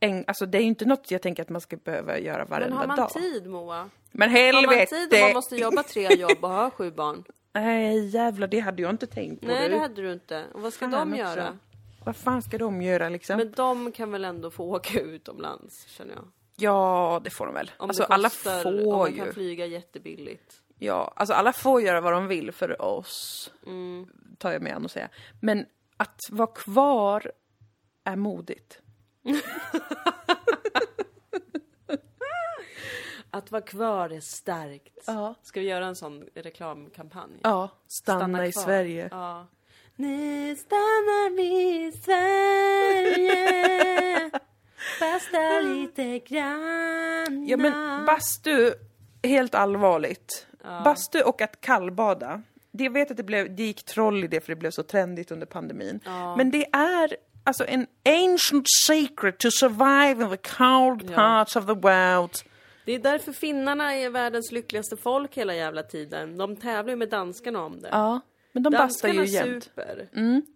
Speaker 1: En, alltså det är ju inte något jag tänker att man ska behöva göra varenda
Speaker 2: Men
Speaker 1: dag.
Speaker 2: har man tid Moa?
Speaker 1: Men
Speaker 2: Har man
Speaker 1: helvete!
Speaker 2: tid och man måste jobba tre jobb och ha sju barn?
Speaker 1: Nej jävlar, det hade jag inte tänkt på.
Speaker 2: Nej,
Speaker 1: du.
Speaker 2: det hade du inte. Och vad ska
Speaker 1: Fan
Speaker 2: de
Speaker 1: också.
Speaker 2: göra?
Speaker 1: Vad fan ska de göra liksom?
Speaker 2: Men de kan väl ändå få åka utomlands, känner jag.
Speaker 1: Ja, det får de väl.
Speaker 2: Om
Speaker 1: alltså
Speaker 2: det
Speaker 1: alla
Speaker 2: kostar, om
Speaker 1: får
Speaker 2: man
Speaker 1: ju.
Speaker 2: kan flyga jättebilligt.
Speaker 1: Ja, alltså alla får göra vad de vill för oss. Tar jag med an och säga. Men att vara kvar är modigt.
Speaker 2: Att vara kvar är starkt.
Speaker 1: Ja.
Speaker 2: Ska vi göra en sån reklamkampanj?
Speaker 1: Ja, stanna, i
Speaker 2: kvar.
Speaker 1: Sverige.
Speaker 2: Ja. Nu stannar vi i Sverige Basta lite grann
Speaker 1: Ja men bastu, helt allvarligt. Bastu och att kallbada. Det, jag vet att det, blev, det gick troll i det för det blev så trendigt under pandemin. Men det är alltså en ancient secret to survive in the cold parts of the world.
Speaker 2: Det är därför finnarna är världens lyckligaste folk hela jävla tiden. De tävlar ju med danskarna om det.
Speaker 1: Ja, men de bastar ju
Speaker 2: danskarna
Speaker 1: jämt. Mm.
Speaker 2: super.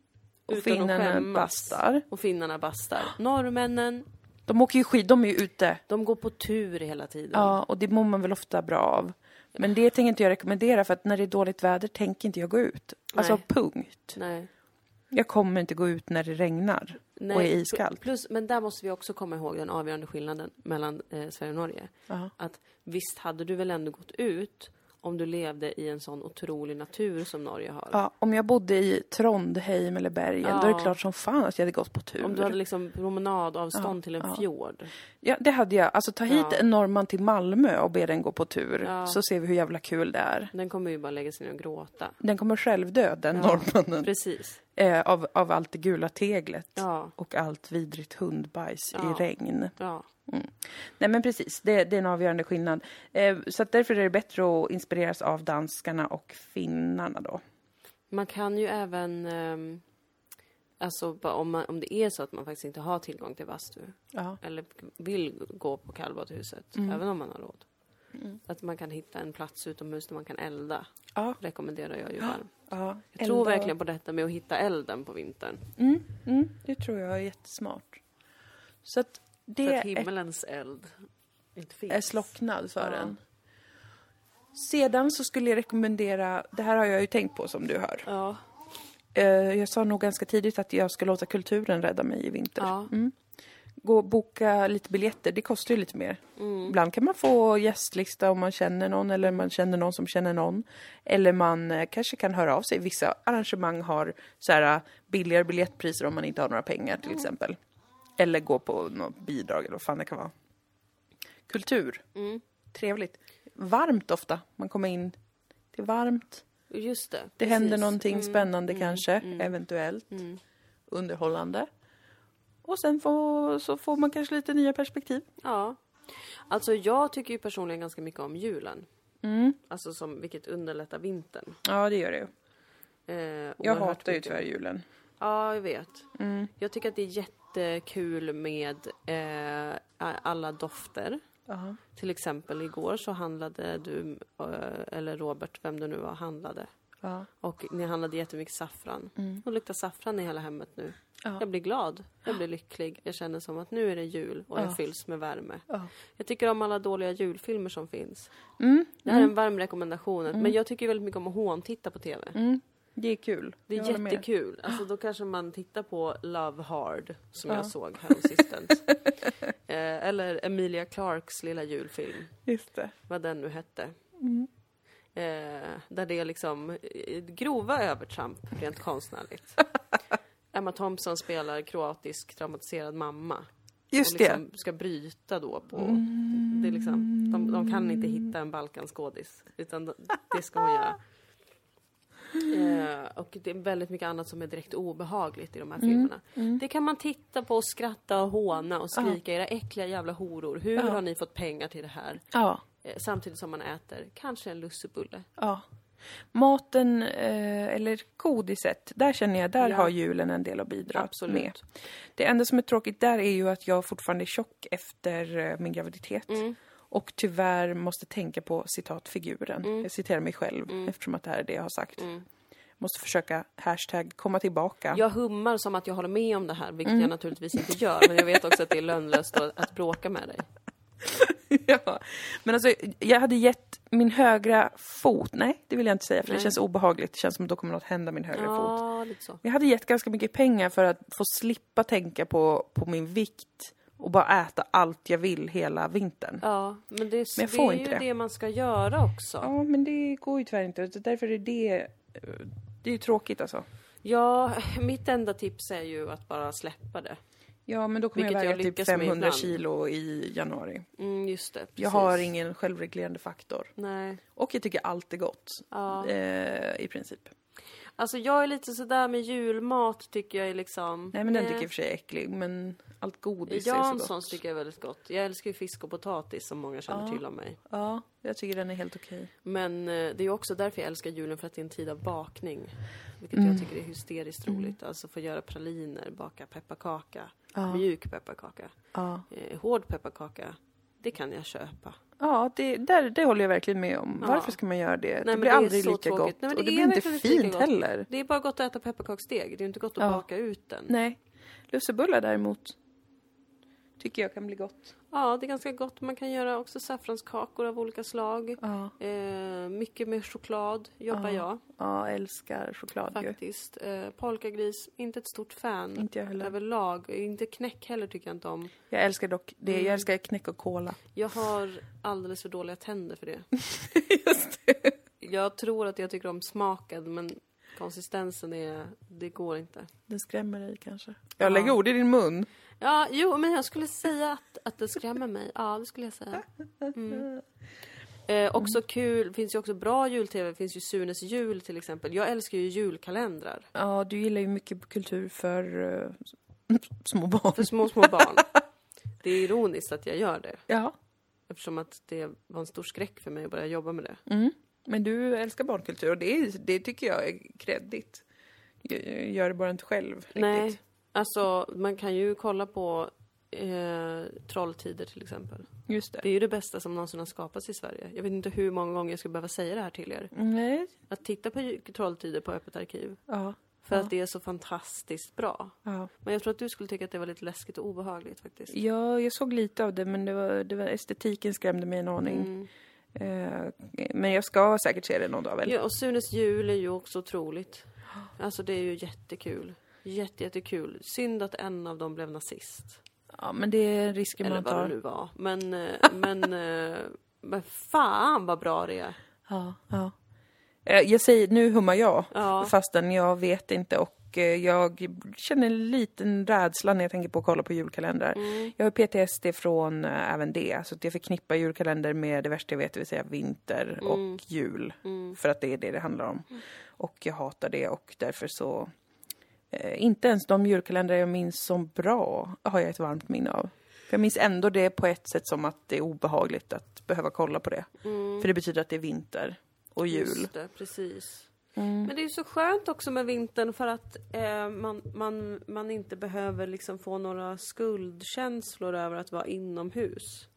Speaker 1: Och
Speaker 2: utan att
Speaker 1: finnarna
Speaker 2: skämmas.
Speaker 1: bastar.
Speaker 2: Och finnarna bastar. Norrmännen,
Speaker 1: De åker ju skid, de är ju ute.
Speaker 2: de går på tur hela tiden.
Speaker 1: Ja, och det mår man väl ofta bra av. Men det tänker inte jag rekommendera för att när det är dåligt väder tänker inte jag gå ut. Alltså
Speaker 2: Nej.
Speaker 1: punkt.
Speaker 2: Nej.
Speaker 1: Jag kommer inte gå ut när det regnar
Speaker 2: Nej,
Speaker 1: och är iskallt.
Speaker 2: Plus, men där måste vi också komma ihåg den avgörande skillnaden mellan eh, Sverige och Norge.
Speaker 1: Ja.
Speaker 2: Att visst hade du väl ändå gått ut om du levde i en sån otrolig natur som Norge har.
Speaker 1: Ja, om jag bodde i Trondheim eller Bergen, då är
Speaker 2: Ja.
Speaker 1: det klart som fan att jag hade gått på tur.
Speaker 2: Om du hade liksom promenadavstånd till en fjord.
Speaker 1: Ja, det hade jag. Alltså ta hit
Speaker 2: Ja.
Speaker 1: en norrman till Malmö och be den gå på tur,
Speaker 2: Ja.
Speaker 1: så ser vi hur jävla kul det är.
Speaker 2: Den kommer ju bara lägga sig ner och gråta.
Speaker 1: Den kommer själv dö, den norrmannen,
Speaker 2: Precis.
Speaker 1: eh, av, av allt det gula teglet.
Speaker 2: Ja.
Speaker 1: Och allt vidrigt hundbajs
Speaker 2: Ja.
Speaker 1: i regn.
Speaker 2: Ja.
Speaker 1: Nej men precis, det, det är en avgörande skillnad. Eh, så att därför är det bättre att inspireras av danskarna och finnarna då.
Speaker 2: Man kan ju även... ehm, alltså bara om, man, om det är så att man faktiskt inte har tillgång till bastu.
Speaker 1: Ja.
Speaker 2: Eller vill gå på kallbadhuset.
Speaker 1: Mm.
Speaker 2: Även om man har råd. Att man kan hitta en plats utomhus där man kan elda.
Speaker 1: Ja.
Speaker 2: Rekommenderar jag ju varmt.
Speaker 1: ja.
Speaker 2: Jag tror verkligen på detta med att hitta elden på vintern.
Speaker 1: Mm, mm, det tror jag är jättesmart. Så att
Speaker 2: För
Speaker 1: det
Speaker 2: att
Speaker 1: är,
Speaker 2: himmelens eld inte finns.
Speaker 1: är slocknad för
Speaker 2: Ja.
Speaker 1: en. Sedan så skulle jag rekommendera, det här har jag ju tänkt på som du hör.
Speaker 2: Ja.
Speaker 1: Eh, Jag sa nog ganska tidigt att jag ska låta kulturen rädda mig i vinter.
Speaker 2: Ja.
Speaker 1: Mm. Gå och boka lite biljetter, det kostar ju lite mer. Ibland kan man få gästlista om man känner någon eller man känner någon som känner någon. Eller man eh, kanske kan höra av sig. Vissa arrangemang har så här, eh, billigare biljettpriser om man inte har några pengar till exempel. Eller gå på något bidrag eller vad fan det kan vara. Kultur. Trevligt. Varmt ofta. Man kommer in. Det är varmt.
Speaker 2: Just det.
Speaker 1: Det
Speaker 2: precis.
Speaker 1: händer någonting spännande kanske, eventuellt. Underhållande. Och sen får, så får man kanske lite nya perspektiv.
Speaker 2: Ja. Alltså jag tycker ju personligen ganska mycket om julen. Alltså som, vilket underlättar vintern.
Speaker 1: Mm. Ja, det gör det ju.
Speaker 2: Eh,
Speaker 1: Jag
Speaker 2: oerhört
Speaker 1: hatar ju
Speaker 2: mycket.
Speaker 1: tyvärr Mm. julen.
Speaker 2: Ja, jag vet. Jag tycker att det är jättekul med eh, alla dofter.
Speaker 1: Ja.
Speaker 2: Till exempel igår så handlade du, eh, eller Robert, vem du nu var, handlade.
Speaker 1: Ja.
Speaker 2: Och ni handlade jättemycket saffran. Mm. Och det luktar saffran i hela hemmet nu.
Speaker 1: Ja.
Speaker 2: Jag blir glad, jag blir lycklig. Jag känner som att nu är det jul och jag fylls med värme.
Speaker 1: Ja.
Speaker 2: Jag tycker om alla dåliga julfilmer
Speaker 1: Mm.
Speaker 2: som finns. Det här är en varm rekommendation. Men jag tycker väldigt mycket om att håntitta på TV.
Speaker 1: Mm. Det är kul.
Speaker 2: Det är
Speaker 1: Jag håller med.
Speaker 2: jättekul. Alltså då kanske man tittar på Love Hard som jag såg häromsistens. eh, eller Emilia Clarks lilla julfilm,
Speaker 1: Just det.
Speaker 2: vad den nu hette.
Speaker 1: Mm.
Speaker 2: Eh, där det är liksom eh, grova övertramp rent konstnärligt. Emma Thompson spelar kroatisk traumatiserad mamma.
Speaker 1: Just
Speaker 2: och
Speaker 1: det. Mm.
Speaker 2: liksom ska bryta då på... Det är liksom, de, de kan inte hitta en Balkanskådis. Utan de, det ska hon göra. Eh, och det är väldigt mycket annat som är direkt obehagligt i
Speaker 1: Mm,
Speaker 2: de här filmerna. Det kan man titta på och skratta och håna och skrika era äckliga jävla horor. Hur har ni fått pengar till det här?
Speaker 1: Ja.
Speaker 2: Eh, samtidigt som man äter kanske en lussebulle.
Speaker 1: ja. Maten, eh, eller godiset, där känner jag, där
Speaker 2: Ja.
Speaker 1: har julen en del att bidra
Speaker 2: Absolut.
Speaker 1: med. Det enda som är tråkigt där är ju att jag fortfarande är tjock efter eh, min graviditet. Och tyvärr måste tänka på, citat, figuren. Jag citerar mig själv eftersom att det här är det jag har sagt. Måste försöka, hashtag, komma tillbaka.
Speaker 2: Jag hummar som att jag håller med om det här, vilket
Speaker 1: Mm.
Speaker 2: jag naturligtvis inte gör. Men jag vet också att det är lönlöst att, att bråka med dig.
Speaker 1: Ja. Men alltså, jag hade gett min högra fot, nej det vill jag inte säga för det känns obehagligt, det känns som att då kommer något hända min högra fot.
Speaker 2: Ja, lite så.
Speaker 1: Jag hade gett ganska mycket pengar för att få slippa tänka på, på min vikt och bara äta allt jag vill hela vintern. Ja.
Speaker 2: Ja, men det, är-
Speaker 1: Men jag
Speaker 2: det
Speaker 1: får
Speaker 2: är ju
Speaker 1: inte
Speaker 2: det.
Speaker 1: det.
Speaker 2: man ska göra också.
Speaker 1: men det går ju tyvärr inte, så därför är det, eh, det är ju tråkigt alltså.
Speaker 2: Ja, mitt enda tips är ju att bara släppa det.
Speaker 1: Ja men då kommer
Speaker 2: Vilket
Speaker 1: jag
Speaker 2: jag
Speaker 1: väga typ
Speaker 2: lyckas med
Speaker 1: 500
Speaker 2: ibland.
Speaker 1: kilo i januari.
Speaker 2: Mm, just det. Precis.
Speaker 1: Jag har ingen självreglerande faktor.
Speaker 2: Nej.
Speaker 1: Och jag tycker allt är gott. Eh, I princip.
Speaker 2: Alltså jag är lite sådär med julmat tycker jag är liksom...
Speaker 1: Nej men den
Speaker 2: Eh,
Speaker 1: tycker jag i och för sig är äcklig, men allt godis är så gott.
Speaker 2: Janssons tycker jag är väldigt gott. Jag älskar ju fisk och potatis som många känner till om mig.
Speaker 1: Ja, jag tycker den är helt okej.
Speaker 2: Men eh, det är ju också därför jag älskar julen, för att det är en tid av bakning. Vilket
Speaker 1: Mm.
Speaker 2: jag tycker är hysteriskt roligt. Alltså få göra praliner, baka pepparkaka, mjuk pepparkaka,
Speaker 1: Ja,
Speaker 2: eh, hård pepparkaka. Det kan jag köpa.
Speaker 1: ja det, där, det håller jag verkligen med om.
Speaker 2: Ja.
Speaker 1: Varför ska man göra det? det
Speaker 2: men
Speaker 1: blir
Speaker 2: det är
Speaker 1: aldrig
Speaker 2: så
Speaker 1: lika
Speaker 2: tråkigt.
Speaker 1: gott
Speaker 2: Nej, men
Speaker 1: och det
Speaker 2: det är
Speaker 1: blir inte
Speaker 2: verkligen inte lika
Speaker 1: fint
Speaker 2: gott.
Speaker 1: heller.
Speaker 2: Det är bara gott att äta pepparkaksdeg, det är ju inte gott att
Speaker 1: Ja.
Speaker 2: baka ut den.
Speaker 1: Nej. Lussebullar däremot tycker jag kan bli gott.
Speaker 2: Ja, det är ganska gott. Man kan göra också saffranskakor av olika slag.
Speaker 1: Ja,
Speaker 2: Eh, mycket med choklad jobbar jag
Speaker 1: ja älskar choklad ju.
Speaker 2: faktiskt. Eh, polkagris, inte ett stort fan
Speaker 1: Inte jag heller.
Speaker 2: överlag. Inte knäck heller tycker jag inte om.
Speaker 1: Jag älskar dock, det,
Speaker 2: Mm.
Speaker 1: jag älskar knäck och kola.
Speaker 2: Jag har alldeles för dåliga tänder för det.
Speaker 1: Just det.
Speaker 2: Jag tror att jag tycker om smaken men konsistensen är, det går inte.
Speaker 1: Den skrämmer dig kanske? Jag lägger ord i din mun.
Speaker 2: Ja, jo, men jag skulle säga att, att det skrämmer mig. Ja, det skulle jag säga. Mm. Eh, också kul, finns ju också bra jul-tv, finns ju Sunes jul till exempel. Jag älskar ju julkalendrar
Speaker 1: Ja, du gillar ju mycket kultur för eh, små barn.
Speaker 2: för små, små barn. Det är ironiskt att jag gör det
Speaker 1: Ja.
Speaker 2: eftersom att det var en stor skräck för mig att börja jobba med det.
Speaker 1: Mm. Men du älskar barnkultur och det, är- det tycker jag är kreddigt. Jag gör det bara inte själv riktigt.
Speaker 2: Nej, alltså man kan ju kolla på eh, Trolltider till exempel.
Speaker 1: Just
Speaker 2: Det
Speaker 1: det.
Speaker 2: är ju det bästa som någonsin har skapats i Sverige. Jag vet inte hur många gånger jag ska behöva säga det här till er.
Speaker 1: Nej.
Speaker 2: Att titta på ju- Trolltider på Öppet arkiv
Speaker 1: Ja.
Speaker 2: För att det är så fantastiskt bra.
Speaker 1: ja.
Speaker 2: Men jag tror att du skulle tycka att det var lite läskigt och obehagligt faktiskt.
Speaker 1: ja, jag såg lite av det men det var, det var, estetiken skrämde mig en aning.
Speaker 2: Mm.
Speaker 1: Eh, men jag ska säkert se det någon dag väl?
Speaker 2: Ja, och Sunes jul är ju också otroligt. Alltså det är ju jättekul. Jätte, jättekul. Synd att en av dem blev nazist.
Speaker 1: Ja, men det är risken
Speaker 2: Eller
Speaker 1: man
Speaker 2: vad det
Speaker 1: tar.
Speaker 2: nu var. Men, eh, men, eh, men fan vad bra det är.
Speaker 1: Ja, ja. Eh, Jag säger, nu hummar jag,
Speaker 2: Ja.
Speaker 1: fastän jag vet inte och eh, jag känner en liten rädsla när jag tänker på att kolla på julkalendrar. Jag har PTSD från eh, även det, alltså att jag förknippar julkalender med det värsta jag vet, det vill säga vinter och jul. För att det är det det handlar om. Och jag hatar det och därför så Eh, inte ens de julkalendrar jag minns som bra har jag ett varmt minne av. För jag minns ändå det på ett sätt som att det är obehagligt att behöva kolla på det. För det betyder att det är vinter och jul.
Speaker 2: Just det, precis. Men det är ju så skönt också med vintern för att eh, man, man, man inte behöver liksom få några skuldkänslor över att vara inomhus.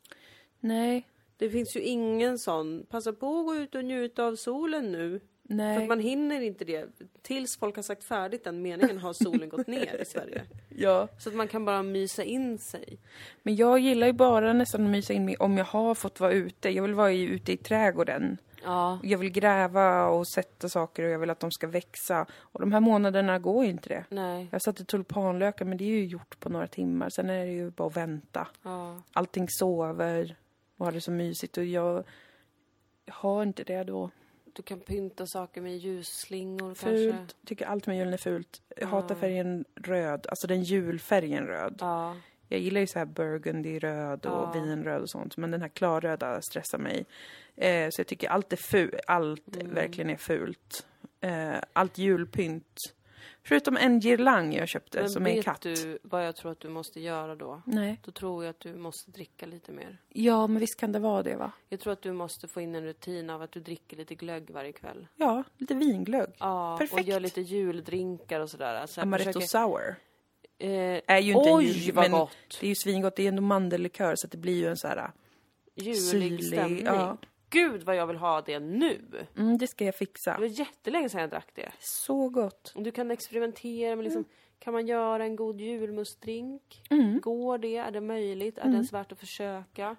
Speaker 1: Nej,
Speaker 2: Det finns ju ingen sån, passa på att gå ut och njuta av solen nu. För
Speaker 1: nej.
Speaker 2: att man hinner inte det. Tills folk har sagt färdigt den meningen har solen gått ner i Sverige.
Speaker 1: Ja.
Speaker 2: Så att man kan bara mysa in sig.
Speaker 1: Men jag gillar ju bara nästan att mysa in mig om jag har fått vara ute. Jag vill vara i, ute i trädgården.
Speaker 2: Ja.
Speaker 1: Jag vill gräva och sätta saker och jag vill att de ska växa. Och de här månaderna går ju inte det.
Speaker 2: Nej.
Speaker 1: Jag satte tulpanlökar men det är ju gjort på några timmar. Sen är det ju bara att vänta.
Speaker 2: Ja.
Speaker 1: Allting sover och har det så mysigt och jag har inte det då.
Speaker 2: Du kan pynta saker med ljusslingor
Speaker 1: Fult.
Speaker 2: kanske.
Speaker 1: Tycker allt med julen är fult. Jag hatar färgen röd, alltså den julfärgen röd.
Speaker 2: Ja.
Speaker 1: Jag gillar ju så här burgundyröd och
Speaker 2: Ja.
Speaker 1: vinröd och sånt, men den här klarröda stressar mig. Eh, så jag tycker allt är fult, allt verkligen är fult. Eh, allt julpynt. Förutom en girlang jag köpte som är en
Speaker 2: vet
Speaker 1: katt.
Speaker 2: du vad jag tror att du måste göra då?
Speaker 1: Nej.
Speaker 2: Då tror jag att du måste dricka lite mer.
Speaker 1: Ja, men visst kan det vara det va?
Speaker 2: Jag tror att du måste få in en rutin av att du dricker lite glögg varje kväll.
Speaker 1: Ja, lite vinglögg.
Speaker 2: Ja, och
Speaker 1: Perfekt.
Speaker 2: gör lite juldrinkar och sådär. Alltså,
Speaker 1: Amaretto
Speaker 2: försöker-
Speaker 1: sour.
Speaker 2: eh,
Speaker 1: Är ju inte en
Speaker 2: Oj,
Speaker 1: jul,
Speaker 2: vad
Speaker 1: men
Speaker 2: gott.
Speaker 1: Det är ju svingott, det är ju ändå mandellikör så att det blir ju en så här...
Speaker 2: julig
Speaker 1: syrlig,
Speaker 2: stämning.
Speaker 1: ja.
Speaker 2: Gud vad jag vill ha det nu!
Speaker 1: Mm, det ska jag fixa.
Speaker 2: Det var jättelänge sedan jag drack det.
Speaker 1: Så gott.
Speaker 2: Du kan experimentera med liksom,
Speaker 1: Mm.
Speaker 2: kan man göra en god julmustdrink? Går det? Är det möjligt?
Speaker 1: Mm.
Speaker 2: Är det ens värt att försöka?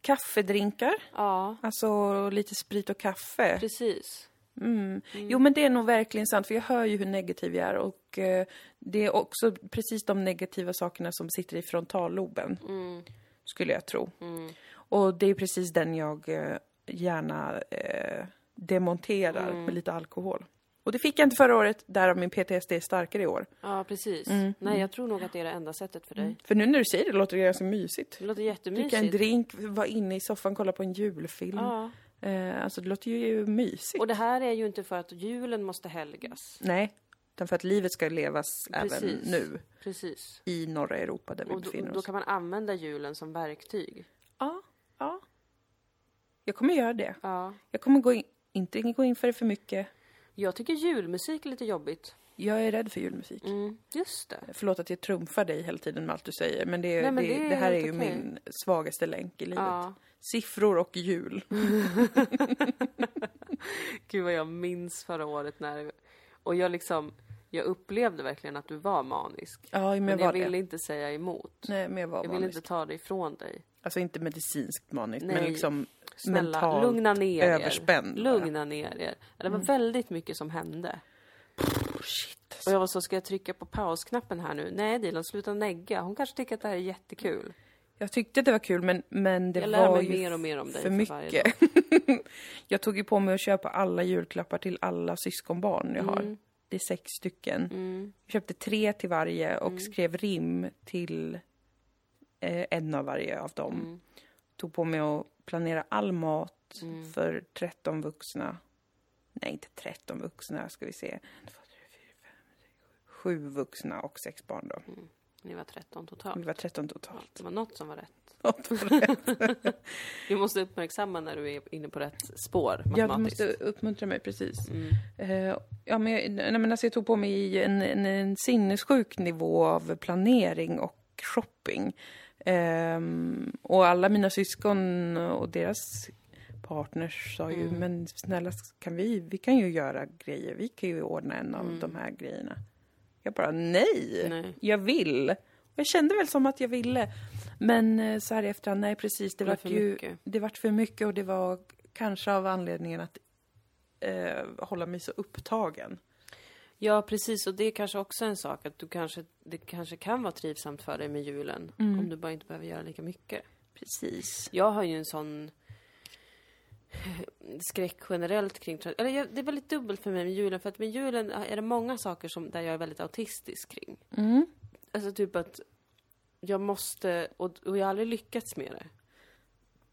Speaker 1: Kaffedrinkar,
Speaker 2: Ja,
Speaker 1: alltså lite sprit och kaffe.
Speaker 2: precis.
Speaker 1: Mm. Jo men det är nog verkligen sant för jag hör ju hur negativ jag är och eh, det är också precis de negativa sakerna som sitter i frontalloben.
Speaker 2: Mm,
Speaker 1: Skulle jag tro. Och det är precis den jag eh, gärna eh, demonterar
Speaker 2: Mm.
Speaker 1: med lite alkohol. Och det fick jag inte förra året, därav min PTSD är starkare i år.
Speaker 2: Ja, precis.
Speaker 1: Mm.
Speaker 2: Nej, jag tror nog att det är det enda sättet för dig.
Speaker 1: För nu när du säger det låter det ganska mysigt.
Speaker 2: Det låter
Speaker 1: Dricka en
Speaker 2: jättemysigt.
Speaker 1: drink, vara inne i soffan, kolla på en julfilm.
Speaker 2: Ja.
Speaker 1: Eh, alltså det låter ju mysigt.
Speaker 2: Och det här är ju inte för att julen måste helgas.
Speaker 1: Nej, utan för att livet ska levas även
Speaker 2: Precis.
Speaker 1: nu.
Speaker 2: Precis.
Speaker 1: i norra Europa där vi
Speaker 2: Och då,
Speaker 1: befinner
Speaker 2: då
Speaker 1: oss.
Speaker 2: kan man använda julen som verktyg.
Speaker 1: Ja, ja. Jag kommer göra det.
Speaker 2: Ja.
Speaker 1: Jag kommer gå in, inte gå in för det för mycket.
Speaker 2: Jag tycker julmusik är lite jobbigt.
Speaker 1: Jag är rädd för julmusik.
Speaker 2: Mm, just det.
Speaker 1: Förlåt att jag trumfar dig hela tiden med allt du säger, men det,
Speaker 2: Nej, men
Speaker 1: det,
Speaker 2: det är
Speaker 1: det, här är
Speaker 2: helt
Speaker 1: ju
Speaker 2: okej.
Speaker 1: min svagaste länk i livet.
Speaker 2: Ja. Mm.
Speaker 1: Siffror och jul.
Speaker 2: Gud vad jag minns förra året när... Och jag liksom... Jag upplevde verkligen att du var manisk.
Speaker 1: Ja, men jag
Speaker 2: men jag
Speaker 1: var det.
Speaker 2: ville inte säga emot.
Speaker 1: Nej, men jag var
Speaker 2: jag ville
Speaker 1: manisk.
Speaker 2: inte ta det ifrån dig.
Speaker 1: Alltså inte medicinskt maniskt,
Speaker 2: Nej.
Speaker 1: men liksom
Speaker 2: Snälla,
Speaker 1: mentalt
Speaker 2: lugna ner
Speaker 1: överspänd. Mm.
Speaker 2: er. Lugna ner er. Ja, Det var väldigt mycket som hände.
Speaker 1: Shit. alltså.
Speaker 2: Och jag var så, ska jag trycka på pausknappen här nu? Nej Dilan, sluta negga. Hon kanske tycker att det här är jättekul.
Speaker 1: Jag tyckte att det var kul, men, men det
Speaker 2: Jag lär
Speaker 1: var
Speaker 2: mig
Speaker 1: ju
Speaker 2: mer och mer om dig
Speaker 1: för
Speaker 2: för varje
Speaker 1: mycket. jag tog ju på mig att köpa alla julklappar till alla syskonbarn jag
Speaker 2: Mm.
Speaker 1: har. Det är sex stycken. Jag köpte tre till varje och
Speaker 2: Mm.
Speaker 1: skrev rim till eh, en av varje av dem.
Speaker 2: Mm.
Speaker 1: Tog på mig att planera all mat
Speaker 2: Mm.
Speaker 1: för 13 vuxna. Nej, inte 13 vuxna, ska vi se. Sju vuxna och sex barn då.
Speaker 2: Ni var 13 totalt.
Speaker 1: Vi var 13 totalt.
Speaker 2: Det var något som var rätt.
Speaker 1: Något var det.
Speaker 2: Du måste uppmärksamma när du är inne på rätt spår
Speaker 1: Ja, du
Speaker 2: matematiskt. Mm.
Speaker 1: måste uppmuntra mig, precis. Eh, ja, men jag, nej, men alltså jag tog på mig en, en, en sinnessjuk nivå av planering och shopping. Ehm, och alla mina syskon och deras partners sa ju, men snälla kan vi, vi kan ju göra grejer, vi kan ju ordna en av de här grejerna. Jag bara, Mm. nej,
Speaker 2: Nej.
Speaker 1: jag vill. Jag kände väl som att jag ville. Men eh, så här i efterhand, nej precis, det
Speaker 2: Det blev
Speaker 1: var
Speaker 2: för
Speaker 1: ju
Speaker 2: mycket.
Speaker 1: det vart för mycket och det var kanske av anledningen att eh, hålla mig så upptagen.
Speaker 2: Ja, precis. Och det är kanske också en sak att du kanske, det kanske kan vara trivsamt för dig med julen.
Speaker 1: Mm.
Speaker 2: Om du bara inte behöver göra lika mycket.
Speaker 1: Precis.
Speaker 2: Jag har ju en sån skräck generellt kring... tra- Eller jag, det är väldigt dubbelt för mig med julen. För att med julen är det många saker som, där jag är väldigt autistisk kring.
Speaker 1: Mm.
Speaker 2: Alltså typ att jag måste... Och, och jag har aldrig lyckats med det.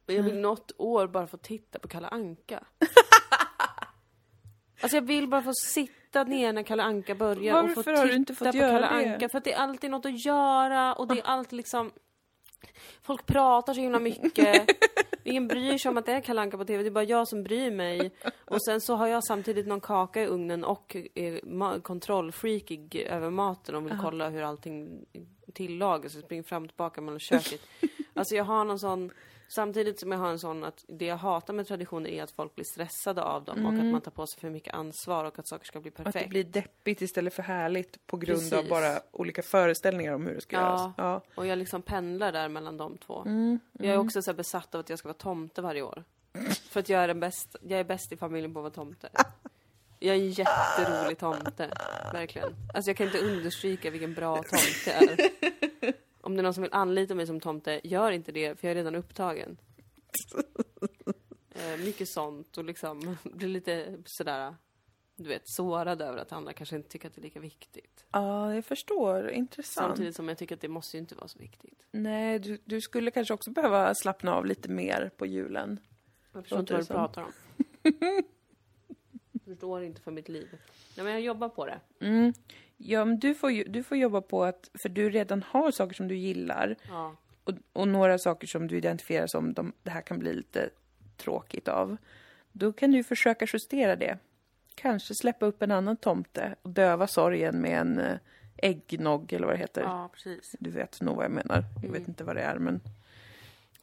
Speaker 2: Men jag vill något år bara få titta på Kalle Anka. Alltså jag vill bara få sitta ner när Kalle Anka börjar och få
Speaker 1: Varför har du inte
Speaker 2: titta
Speaker 1: fått
Speaker 2: på
Speaker 1: göra
Speaker 2: Kalle
Speaker 1: det? Ah.
Speaker 2: Anka. För att det är alltid något att göra och det är alltid liksom... Folk pratar så himla mycket. Ingen bryr sig om att det är Kalle Anka på TV, det är bara jag som bryr mig. Och sen så har jag samtidigt någon kaka i ugnen och är ma- kontrollfreakig över maten och vill kolla hur allting tillagas och springer fram och tillbaka mellan köket. Alltså jag har någon sån, samtidigt som jag har en sån att det jag hatar med traditioner är att folk blir stressade av dem och att man tar på sig för mycket ansvar och att saker ska bli
Speaker 1: Mm. Att det
Speaker 2: perfekt.
Speaker 1: blir deppigt istället för härligt på grund av
Speaker 2: Precis.
Speaker 1: bara olika föreställningar om hur det ska
Speaker 2: Ja.
Speaker 1: göras. Ja.
Speaker 2: Och jag liksom pendlar där mellan de två. Jag är också så här besatt av att jag ska vara tomte varje år. För att jag är den bäst, jag är bäst i familjen på att vara tomte. Jag är en jätterolig tomte, verkligen. Alltså jag kan inte understryka vilken bra tomte jag är. Om det är någon som vill anlita mig som tomte, gör inte det för jag är redan upptagen. Eh, mycket sånt och liksom blir lite sådär, du vet, sårad över att andra kanske inte tycker att det är lika viktigt.
Speaker 1: Ja, jag förstår. Intressant.
Speaker 2: Samtidigt som jag tycker att det måste ju inte vara så viktigt.
Speaker 1: Nej, du, du skulle kanske också behöva slappna av lite mer på julen.
Speaker 2: Jag förstår inte
Speaker 1: Låter
Speaker 2: vad du
Speaker 1: det
Speaker 2: pratar om. Jag förstår inte för mitt liv. Nej men jag jobbar på det.
Speaker 1: Mm. Ja, men du får, ju- du får jobba på att, för du redan har saker som du gillar
Speaker 2: Ja.
Speaker 1: och, och några saker som du identifierar som de, det här kan bli lite tråkigt av. Då kan du försöka justera det. Kanske släppa upp en annan tomte och döva sorgen med en eh, äggnog eller vad det heter.
Speaker 2: ja, precis.
Speaker 1: Du vet nog vad jag menar. Jag vet inte vad det är men...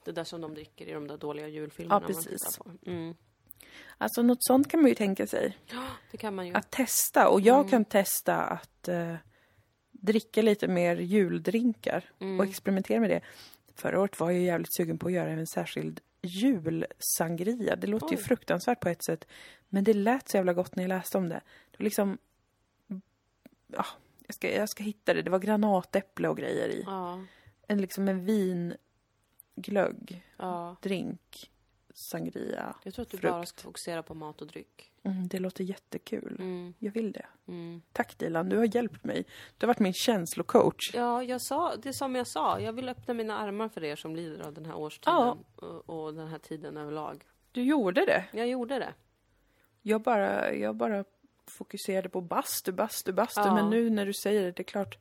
Speaker 2: Det där som de dricker i de där dåliga julfilmerna
Speaker 1: Ja,
Speaker 2: man
Speaker 1: precis.
Speaker 2: tittar på. Mm.
Speaker 1: Alltså något sånt kan man ju tänka sig.
Speaker 2: Det kan man ju.
Speaker 1: Att testa. Och jag kan testa att eh, dricka lite mer juldrinkar
Speaker 2: Mm.
Speaker 1: och experimentera med det. Förra året var jag ju jävligt sugen på att göra en särskild julsangria. Det låter ju fruktansvärt på ett sätt. Men det lät så jävla gott när jag läste om det. Det var liksom... Ja, jag ska, jag ska hitta det. Det var granatäpple och grejer i.
Speaker 2: Ja,
Speaker 1: En, liksom en vinglögg.
Speaker 2: ja.
Speaker 1: drink, sangria.
Speaker 2: Jag tror att du
Speaker 1: Frukt.
Speaker 2: bara ska fokusera på mat och dryck.
Speaker 1: Mm, det låter jättekul.
Speaker 2: Mm.
Speaker 1: Jag vill det.
Speaker 2: Mm.
Speaker 1: Tack Dilan, du har hjälpt mig. Du har varit min känslocoach.
Speaker 2: Ja, jag sa, det är som jag sa, jag vill öppna mina armar för er som lider av den här årstiden och, och den här tiden överlag.
Speaker 1: Du gjorde det.
Speaker 2: Jag gjorde det.
Speaker 1: Jag bara, jag bara fokuserade på bastu, bastu, bastu.
Speaker 2: Ja.
Speaker 1: Men nu när du säger det, det är klart.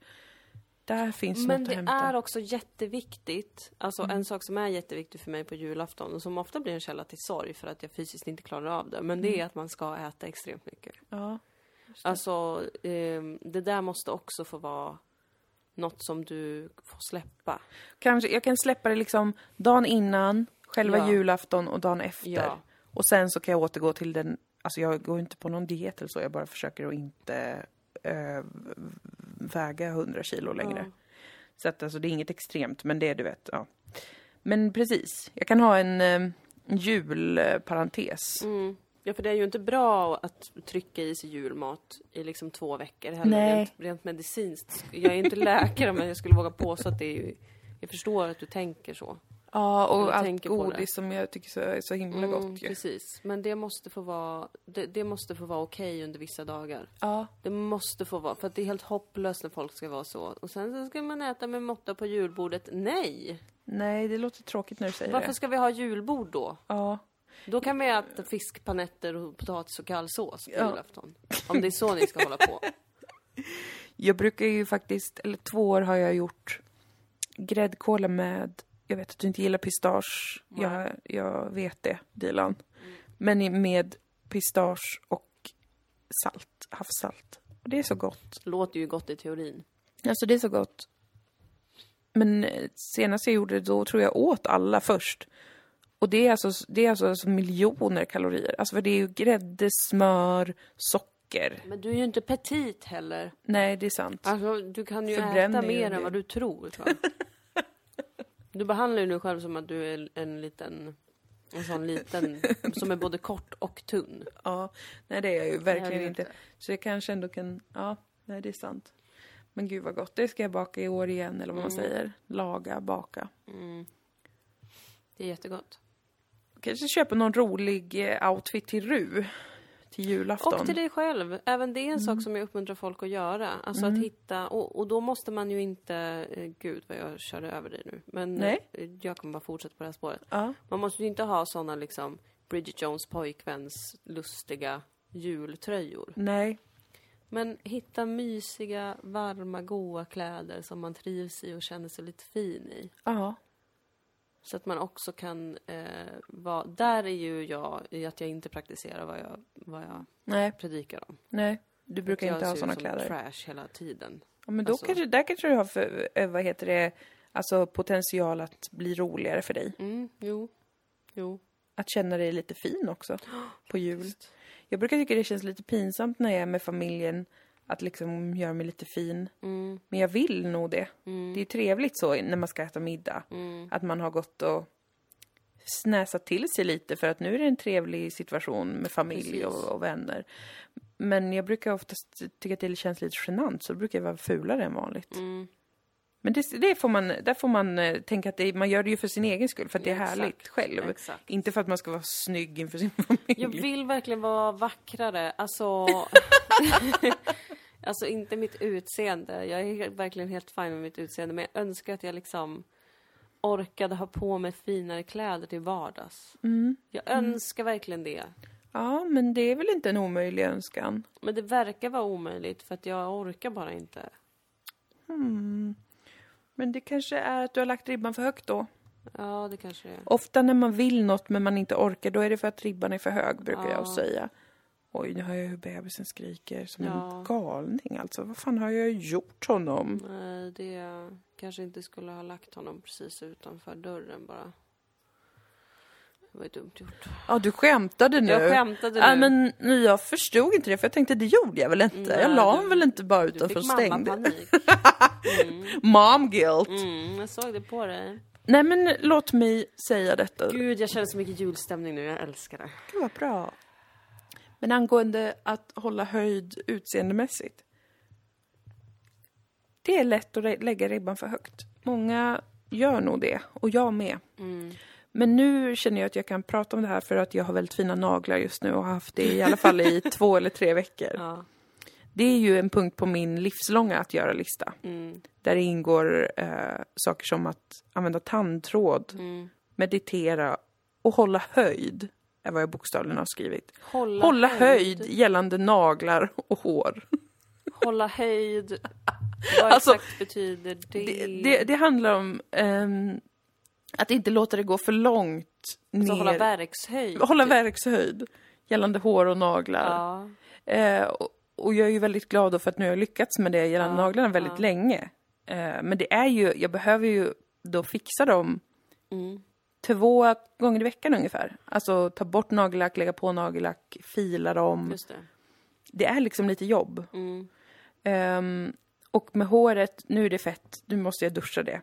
Speaker 1: Där finns
Speaker 2: Men
Speaker 1: något
Speaker 2: det
Speaker 1: att hämta.
Speaker 2: är också jätteviktigt, alltså
Speaker 1: Mm.
Speaker 2: en sak som är jätteviktig för mig på julafton och som ofta blir en källa till sorg för att jag fysiskt inte klarar av det, men
Speaker 1: Mm.
Speaker 2: det är att man ska äta extremt mycket.
Speaker 1: Ja.
Speaker 2: Alltså, ehm, det där måste också få vara något som du får släppa.
Speaker 1: Kanske, jag kan släppa det liksom dagen innan, själva
Speaker 2: Ja.
Speaker 1: julafton och dagen efter.
Speaker 2: Ja.
Speaker 1: Och sen så kan jag återgå till den, alltså jag går inte på någon diet eller så, jag bara försöker att inte eh, väga 100 kilo längre. Så att alltså det är inget extremt, men det är du vet, ja. Men precis, jag kan ha en eh, julparentes.
Speaker 2: Ja, för det är ju inte bra att trycka i sig julmat i liksom två veckor heller,
Speaker 1: Nej.
Speaker 2: Rent, rent medicinskt. Jag är ju inte läkare, men jag skulle våga påstå att det är ju... Jag förstår att du tänker så.
Speaker 1: Ja, och
Speaker 2: Jag
Speaker 1: allt
Speaker 2: tänker på det.
Speaker 1: godis som jag tycker så, är så himla
Speaker 2: Mm,
Speaker 1: gott ju.
Speaker 2: Precis, men det måste få vara, det, det måste få vara okej under vissa dagar.
Speaker 1: Ja,
Speaker 2: Det måste få vara, för att det är helt hopplöst när folk ska vara så. Och sen så ska man äta med måtta på julbordet. Nej!
Speaker 1: nej det låter tråkigt när du säger
Speaker 2: Varför
Speaker 1: det.
Speaker 2: ska vi ha julbord då?
Speaker 1: Ja.
Speaker 2: Då kan vi äta fiskpanetter och potatis och kallsås på
Speaker 1: Ja.
Speaker 2: julafton. Om det är så ni ska hålla på.
Speaker 1: Jag brukar ju faktiskt, eller två år har jag gjort gräddkola med, jag vet att du inte gillar pistage, jag, jag vet det Dilan. Men i- med pistage och salt, havssalt. Och det är så gott.
Speaker 2: Låter ju gott i teorin.
Speaker 1: Alltså det är så gott. Men eh, senast jag gjorde det, då tror jag åt alla först. Och det är alltså, det är alltså så miljoner kalorier. Alltså för det är ju grädde, smör, socker.
Speaker 2: Men du är ju inte petit heller.
Speaker 1: Nej, det är sant.
Speaker 2: Alltså, du kan ju
Speaker 1: Förbränner
Speaker 2: äta
Speaker 1: ju
Speaker 2: mer
Speaker 1: det.
Speaker 2: än vad du tror. Va? Du behandlar ju dig själv som att du är en liten, en sån liten, som är både kort och tunn.
Speaker 1: Ja, nej det är jag ju
Speaker 2: jag
Speaker 1: verkligen
Speaker 2: vet
Speaker 1: inte.
Speaker 2: det.
Speaker 1: Så jag kanske ändå kan, ja, nej det är sant. Men gud vad gott, det ska jag baka i år igen eller vad man
Speaker 2: Mm.
Speaker 1: säger. Laga, baka.
Speaker 2: Det är jättegott.
Speaker 1: Kanske köpa någon rolig eh, outfit till Ru. Till julafton.
Speaker 2: Och till dig själv. Även det är en sak som jag uppmuntrar folk att göra. Alltså att hitta, och, och då måste man ju inte, eh, gud vad jag körde över dig nu. Men
Speaker 1: Nej.
Speaker 2: eh, jag kommer bara fortsätta på det här spåret.
Speaker 1: Ja.
Speaker 2: Man måste ju inte ha såna liksom Bridget Jones pojkväns lustiga jultröjor.
Speaker 1: Nej,
Speaker 2: Men hitta mysiga, varma, goa kläder som man trivs i och känner sig lite fin i.
Speaker 1: ja.
Speaker 2: Så att man också kan eh, vara... Där är ju jag i att jag inte praktiserar vad jag, vad jag
Speaker 1: Nej,
Speaker 2: predikar om.
Speaker 1: nej. Du brukar
Speaker 2: jag
Speaker 1: inte ha
Speaker 2: ser
Speaker 1: såna
Speaker 2: ut som
Speaker 1: kläder.
Speaker 2: trash hela tiden.
Speaker 1: Ja, men då
Speaker 2: Alltså-
Speaker 1: kanske, där kanske du har, för, eh, vad heter det, alltså potential att bli roligare för dig.
Speaker 2: Mm, jo. Jo.
Speaker 1: Att känna dig lite fin också på jul. Jag brukar tycka det känns lite pinsamt när jag är med familjen att liksom göra mig lite fin.
Speaker 2: Mm,
Speaker 1: Men jag vill
Speaker 2: mm,
Speaker 1: nog det. Det är trevligt så när man ska äta middag. Att man har gått och snäsa till sig lite för att nu är det en trevlig situation med familj
Speaker 2: Precis.
Speaker 1: och, och vänner. Men jag brukar oftast tycka att det känns lite genant så då brukar jag vara fulare än vanligt.
Speaker 2: Mm.
Speaker 1: Men det, det får man, där får man eh, tänka att det, man gör det ju för sin egen skull, för att det är
Speaker 2: Mm. Ja, exakt.
Speaker 1: härligt själv.
Speaker 2: Exakt.
Speaker 1: Inte för att man ska vara snygg inför sin familj.
Speaker 2: Jag vill verkligen vara vackrare. Alltså... alltså inte mitt utseende. Jag är helt- verkligen helt fin med mitt utseende. Men jag önskar att jag liksom orkade ha på mig finare kläder till vardags. Jag önskar verkligen det.
Speaker 1: Mm. Ja, men det är väl inte en omöjlig önskan.
Speaker 2: Men det verkar vara omöjligt för att jag orkar bara inte.
Speaker 1: Hmm. Men det kanske är att du har lagt ribban för högt då.
Speaker 2: Ja, det kanske det är.
Speaker 1: Ofta när man vill något men man inte orkar, då är det för att ribban är för hög, brukar jag säga. Oj, nu hör jag hur bebisen skriker som
Speaker 2: Ja.
Speaker 1: en galning alltså. Vad fan har jag gjort honom?
Speaker 2: Nej, det kanske inte skulle ha lagt honom precis utanför dörren bara. Det var ju dumt gjort.
Speaker 1: Ja, du skämtade nu.
Speaker 2: Jag skämtade
Speaker 1: Ja,
Speaker 2: nu. Mm,
Speaker 1: men nej, jag förstod inte det, för jag tänkte det gjorde jag väl inte? jag
Speaker 2: Nej,
Speaker 1: la
Speaker 2: du-
Speaker 1: honom väl inte bara
Speaker 2: Du
Speaker 1: utanför och
Speaker 2: fick mamma
Speaker 1: stängde?
Speaker 2: panik.
Speaker 1: Mom guilt!
Speaker 2: Mm, jag såg det på dig.
Speaker 1: Nej, men låt mig säga detta.
Speaker 2: Gud, jag känner så mycket julstämning nu. Jag älskar det.
Speaker 1: Gud vad bra. Men angående att hålla höjd utseendemässigt. Det är lätt att re- lägga ribban för högt. Många gör nog det, och jag med.
Speaker 2: Mm.
Speaker 1: Men nu känner jag att jag kan prata om det här för att jag har väldigt fina naglar just nu och har haft det i alla fall i två eller tre veckor.
Speaker 2: Ja.
Speaker 1: Det är ju en punkt på min livslånga att göra-lista.
Speaker 2: Mm,
Speaker 1: Där det ingår eh, saker som att använda tandtråd,
Speaker 2: mm.
Speaker 1: meditera och hålla höjd. Är vad jag bokstavligen har skrivit.
Speaker 2: Hålla,
Speaker 1: Hålla höjd gällande naglar och hår.
Speaker 2: Hålla höjd. Vad
Speaker 1: Alltså,
Speaker 2: exakt betyder det?
Speaker 1: Det, det, det handlar om ehm, att inte låta det gå för långt ner.
Speaker 2: alltså, hålla verkshöjd. typ.
Speaker 1: hålla verkshöjd gällande hår och naglar.
Speaker 2: Ja.
Speaker 1: Eh, och, och jag är ju väldigt glad då för att nu har jag lyckats med det gällande naglarna väldigt länge. Eh, men det är ju, jag behöver ju då fixa dem
Speaker 2: Mm,
Speaker 1: två gånger i veckan ungefär. Alltså ta bort nagellack, lägga på nagellack, fila dem.
Speaker 2: Just det. Mm,
Speaker 1: Det är liksom lite jobb. Ehm, och med håret, nu är det fett, nu måste jag duscha det.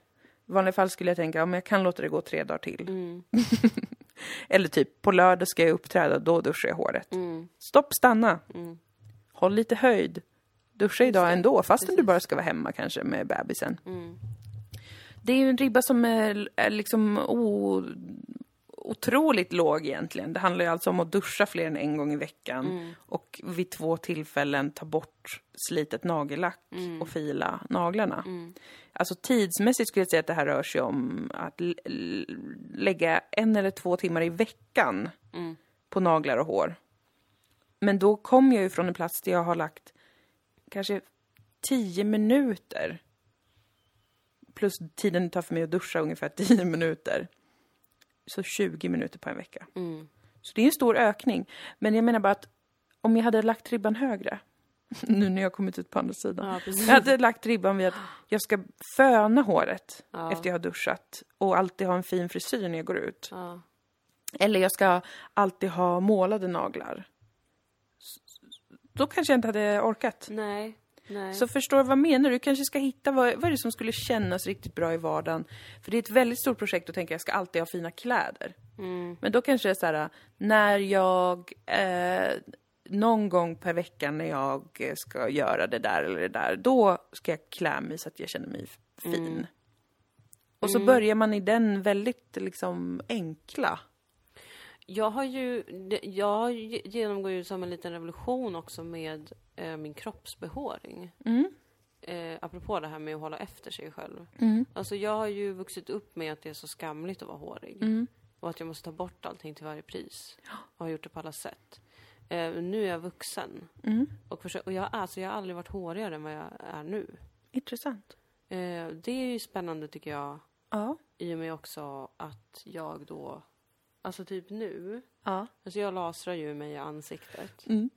Speaker 1: I vanliga fall skulle jag tänka, ja, men jag kan låta det gå tre dagar till.
Speaker 2: mm,
Speaker 1: Eller typ, på lördag ska jag uppträda, då duschar jag håret. Stopp, stanna! Håll lite höjd. Duscha idag ändå, fastän du bara ska vara hemma kanske med bebisen. Det är ju en ribba som är, är liksom o, otroligt låg egentligen. Det handlar ju alltså om att duscha fler än en gång i veckan och vid två tillfällen ta bort slitet nagellack och fila naglarna. Alltså tidsmässigt skulle jag säga att det här rör sig om att l- l- lägga en eller två timmar i veckan
Speaker 2: mm,
Speaker 1: på naglar och hår. Men då kom jag ju från en plats där jag har lagt kanske tio minuter plus tiden det tar för mig att duscha ungefär 10 minuter. Så 20 minuter på en vecka.
Speaker 2: mm.
Speaker 1: Så det är en stor ökning. Men jag menar bara att om jag hade lagt ribban högre, nu när jag har kommit ut på andra sidan.
Speaker 2: Ja, precis.
Speaker 1: jag hade lagt ribban vid att jag ska föna håret efter jag har duschat och alltid ha en fin frisyr när jag går ut.
Speaker 2: Ja.
Speaker 1: Eller jag ska alltid ha målade naglar. S- Då kanske jag inte hade orkat.
Speaker 2: Nej. Nej.
Speaker 1: Så förstår du vad jag menar? Du kanske ska hitta vad, vad är det som skulle kännas riktigt bra i vardagen. För det är ett väldigt stort projekt att tänka jag ska alltid ha fina kläder.
Speaker 2: Mm.
Speaker 1: Men då kanske det är så här, när jag eh, någon gång per vecka när jag eh, ska göra det där eller det där, då ska jag klä mig så att jag känner mig f- fin. Och så börjar man i den väldigt liksom enkla.
Speaker 2: Jag har ju, det- jag ge- genomgår ju som en liten revolution också med eh, min kroppsbehåring. Eh, apropå det här med att hålla efter sig själv. Alltså jag har ju vuxit upp med att det är så skamligt att vara hårig.
Speaker 1: Mm.
Speaker 2: Och att jag måste ta bort allting till varje pris. Och har gjort det på alla sätt. Eh, nu är jag vuxen.
Speaker 1: Mm.
Speaker 2: Och, försö- och jag, alltså, jag har aldrig varit hårigare än vad jag är nu.
Speaker 1: Intressant.
Speaker 2: Eh, det är ju spännande tycker jag.
Speaker 1: Ja.
Speaker 2: I och med också att jag då, alltså typ nu,
Speaker 1: Ja.
Speaker 2: Alltså jag lasrar ju mig i ansiktet.
Speaker 1: Mm.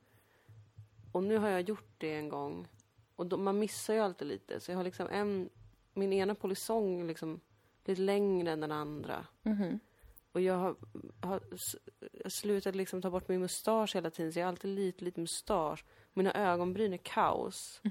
Speaker 2: Och nu har jag gjort det en gång. Och då, man missar ju alltid lite. Så jag har liksom en, min ena polisong är liksom lite längre än den andra. Och jag har, har s- jag slutat liksom ta bort min mustasch hela tiden. Så jag har alltid lite, lite mustasch. Mina ögonbryn är kaos.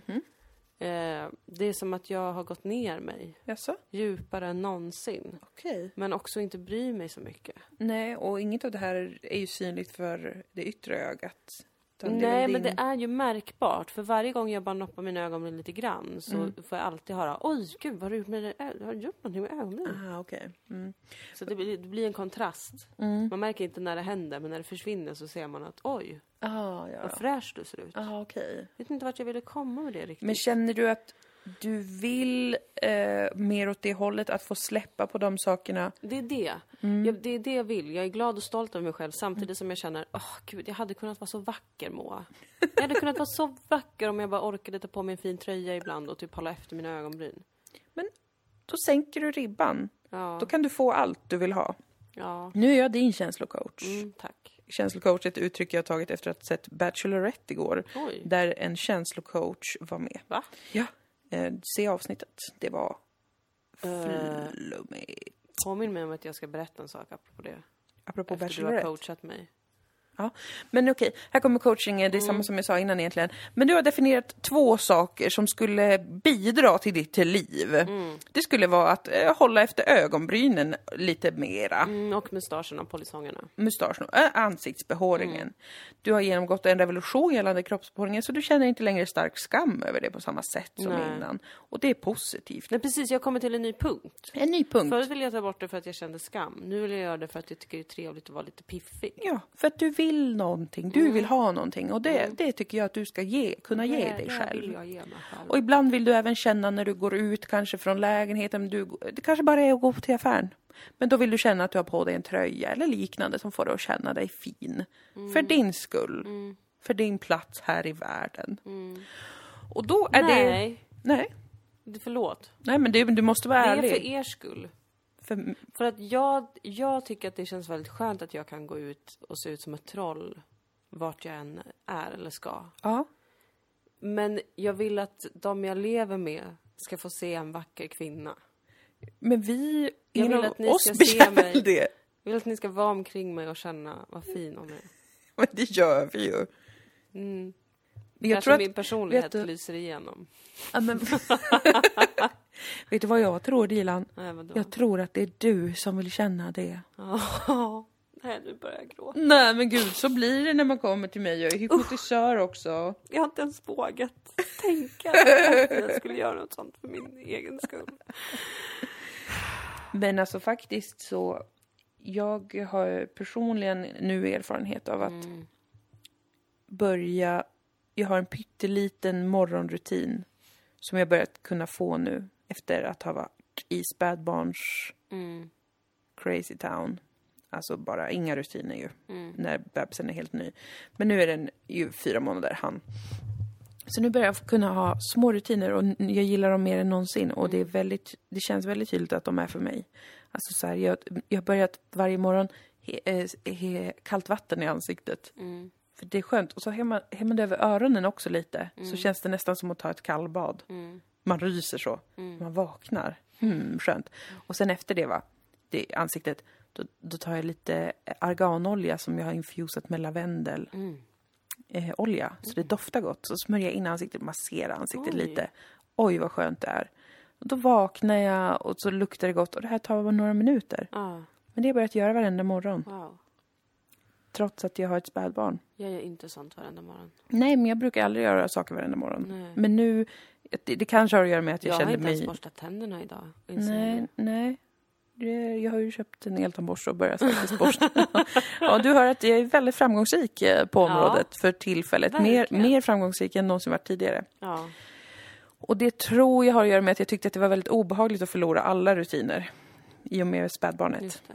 Speaker 2: Eh, det är som att jag har gått ner mig
Speaker 1: Jaså?
Speaker 2: djupare än någonsin.
Speaker 1: Okej.
Speaker 2: Men också inte bryr mig så mycket.
Speaker 1: Nej, och inget av det här är ju synligt för det yttre ögat. Utan det är
Speaker 2: Nej,
Speaker 1: väl
Speaker 2: men
Speaker 1: din-
Speaker 2: det är ju märkbart. För varje gång jag bara noppar mina ögonbryn lite grann så
Speaker 1: Mm.
Speaker 2: får jag alltid höra Oj, gud, vad har du gjort med det? Har du gjort någonting med ögonbrynen?
Speaker 1: Ah, okej. Mm.
Speaker 2: Så det blir, det blir en kontrast. Man märker inte när det händer, men när det försvinner så ser man att oj,
Speaker 1: Ah, ja,
Speaker 2: vad
Speaker 1: ja.
Speaker 2: fräsch du ser ut.
Speaker 1: Ah, okej.
Speaker 2: Jag vet inte vart jag ville komma med det riktigt.
Speaker 1: Men känner du att du vill eh, mer åt det hållet, att få släppa på de sakerna?
Speaker 2: Det är det.
Speaker 1: Mm.
Speaker 2: Jag, det är det jag vill. Jag är glad och stolt över mig själv samtidigt som jag känner, åh gud, jag hade kunnat vara så vacker Moa. Jag hade kunnat vara så vacker om jag bara orkade ta på mig en fin tröja ibland och typ hålla efter mina ögonbryn.
Speaker 1: Då sänker du ribban.
Speaker 2: Ja,
Speaker 1: Då kan du få allt du vill ha.
Speaker 2: ja.
Speaker 1: Nu är jag din känslocoach.
Speaker 2: Mm, tack.
Speaker 1: Känslocoach är ett uttryck jag tagit efter att ha sett Bachelorette igår.
Speaker 2: Oj.
Speaker 1: Där en känslocoach var med.
Speaker 2: Va?
Speaker 1: Ja. Eh, se avsnittet. Det var
Speaker 2: Eh.
Speaker 1: flummigt.
Speaker 2: Påminn mig om att jag ska berätta en sak apropå det.
Speaker 1: Apropå
Speaker 2: Efter du har
Speaker 1: Bachelorette.
Speaker 2: coachat mig.
Speaker 1: Ja. Men okej, här kommer coachingen. Det är
Speaker 2: Mm.
Speaker 1: samma som jag sa innan egentligen. Men du har definierat två saker som skulle bidra till ditt liv.
Speaker 2: Mm.
Speaker 1: Det skulle vara att eh, hålla efter ögonbrynen lite mera.
Speaker 2: Mm, och mustascherna och polisongerna.
Speaker 1: Mustaschen och eh, ansiktsbehåringen.
Speaker 2: Mm.
Speaker 1: Du har genomgått en revolution gällande kroppsbehåringen så du känner inte längre stark skam över det på samma sätt som
Speaker 2: Nej.
Speaker 1: innan. Och det är positivt.
Speaker 2: Nej precis, jag kommer till en ny punkt.
Speaker 1: En ny punkt.
Speaker 2: Förut ville jag ta bort det för att jag kände skam. Nu vill jag göra det för att jag tycker det är trevligt att vara lite piffig.
Speaker 1: Ja, för att du vill någonting. Du vill ha någonting och det, det tycker jag att du ska ge, kunna ge dig
Speaker 2: Mm. det
Speaker 1: själv.
Speaker 2: vill jag ge mig själv.
Speaker 1: Och ibland vill du även känna när du går ut kanske från lägenheten, du, det kanske bara är att gå till affären. Men då vill du känna att du har på dig en tröja eller liknande som får dig att känna dig fin.
Speaker 2: Mm.
Speaker 1: För din skull. För din plats här i världen. Och då är det...
Speaker 2: Mm. Nej,
Speaker 1: Nej.
Speaker 2: det... förlåt.
Speaker 1: Nej, men det, du måste vara
Speaker 2: Det är
Speaker 1: ärlig.
Speaker 2: för er skull.
Speaker 1: För,
Speaker 2: För att jag, jag tycker att det känns väldigt skönt att jag kan gå ut och se ut som ett troll vart jag än är eller ska.
Speaker 1: ja.
Speaker 2: Men jag vill att de jag lever med ska få se en vacker kvinna.
Speaker 1: Men vi,
Speaker 2: Jag
Speaker 1: ingen
Speaker 2: vill
Speaker 1: av
Speaker 2: att ni
Speaker 1: oss
Speaker 2: ska se
Speaker 1: begär
Speaker 2: mig.
Speaker 1: väl det.
Speaker 2: Jag vill att ni ska vara omkring mig och känna vad fin om är.
Speaker 1: Men det gör vi ju.
Speaker 2: Mm.
Speaker 1: Men
Speaker 2: Jag
Speaker 1: jag
Speaker 2: Kanske
Speaker 1: tror att,
Speaker 2: min personlighet
Speaker 1: vet du-
Speaker 2: lyser igenom.
Speaker 1: ja, men, vet du vad jag tror, Dilan?
Speaker 2: Nej, vadå?
Speaker 1: Jag tror att det är du som vill känna det.
Speaker 2: Ja. Nej, nu börjar jag gråta.
Speaker 1: Nej men gud, så blir det när man kommer till mig. Jag är hypnotisör också.
Speaker 2: Jag har inte ens vågat tänka att jag skulle göra något sånt för min egen skull.
Speaker 1: Men alltså faktiskt så, jag har personligen nu erfarenhet av att börja, jag har en pytteliten morgonrutin som jag börjat kunna få nu efter att ha varit i spädbarns crazy town. Alltså bara inga rutiner ju, när bebisen är helt ny. Men nu är den ju fyra månader, han. Så nu börjar jag kunna ha små rutiner och n- jag gillar dem mer än någonsin och det, är väldigt, det känns väldigt tydligt att de är för mig. Alltså så här, jag, jag har börjat varje morgon he, eh, he, kallt vatten i ansiktet. För det är skönt. Och så hämmer hämmer det över öronen också lite. Så känns det nästan som att ta ett kallbad. Man ryser så. Man vaknar. Hmm, skönt. Och sen efter det, va, det ansiktet, då, då tar jag lite arganolja som jag har infusat med lavendel eh, olja, så
Speaker 2: Mm.
Speaker 1: det doftar gott. Så smörjer jag in ansiktet, masserar ansiktet lite. Oj, vad skönt det är. Och då vaknar jag och så luktar det gott och det här tar bara några minuter.
Speaker 2: Ah,
Speaker 1: Men det har jag börjat göra varenda morgon,
Speaker 2: wow.
Speaker 1: trots att jag har ett spädbarn.
Speaker 2: Jag gör inte sånt varenda morgon.
Speaker 1: Nej, men jag brukar aldrig göra saker varenda morgon.
Speaker 2: Nej.
Speaker 1: Mm. Men nu, det, det kanske har att göra med att jag,
Speaker 2: Jag, har
Speaker 1: känner
Speaker 2: inte ens
Speaker 1: mig...
Speaker 2: borstat tänderna idag. inser jag
Speaker 1: Nej,
Speaker 2: nu.
Speaker 1: nej. Det- Jag har ju köpt en eltandborste och börjat faktiskt borsta. ja, du hör att jag är väldigt framgångsrik eh, på
Speaker 2: Ja.
Speaker 1: området för tillfället. Mer,
Speaker 2: Verkligen.
Speaker 1: mer framgångsrik än någonsin varit tidigare.
Speaker 2: Ja.
Speaker 1: Och det tror jag har att göra med att jag tyckte att det var väldigt obehagligt att förlora alla rutiner i och med spädbarnet.
Speaker 2: Just det.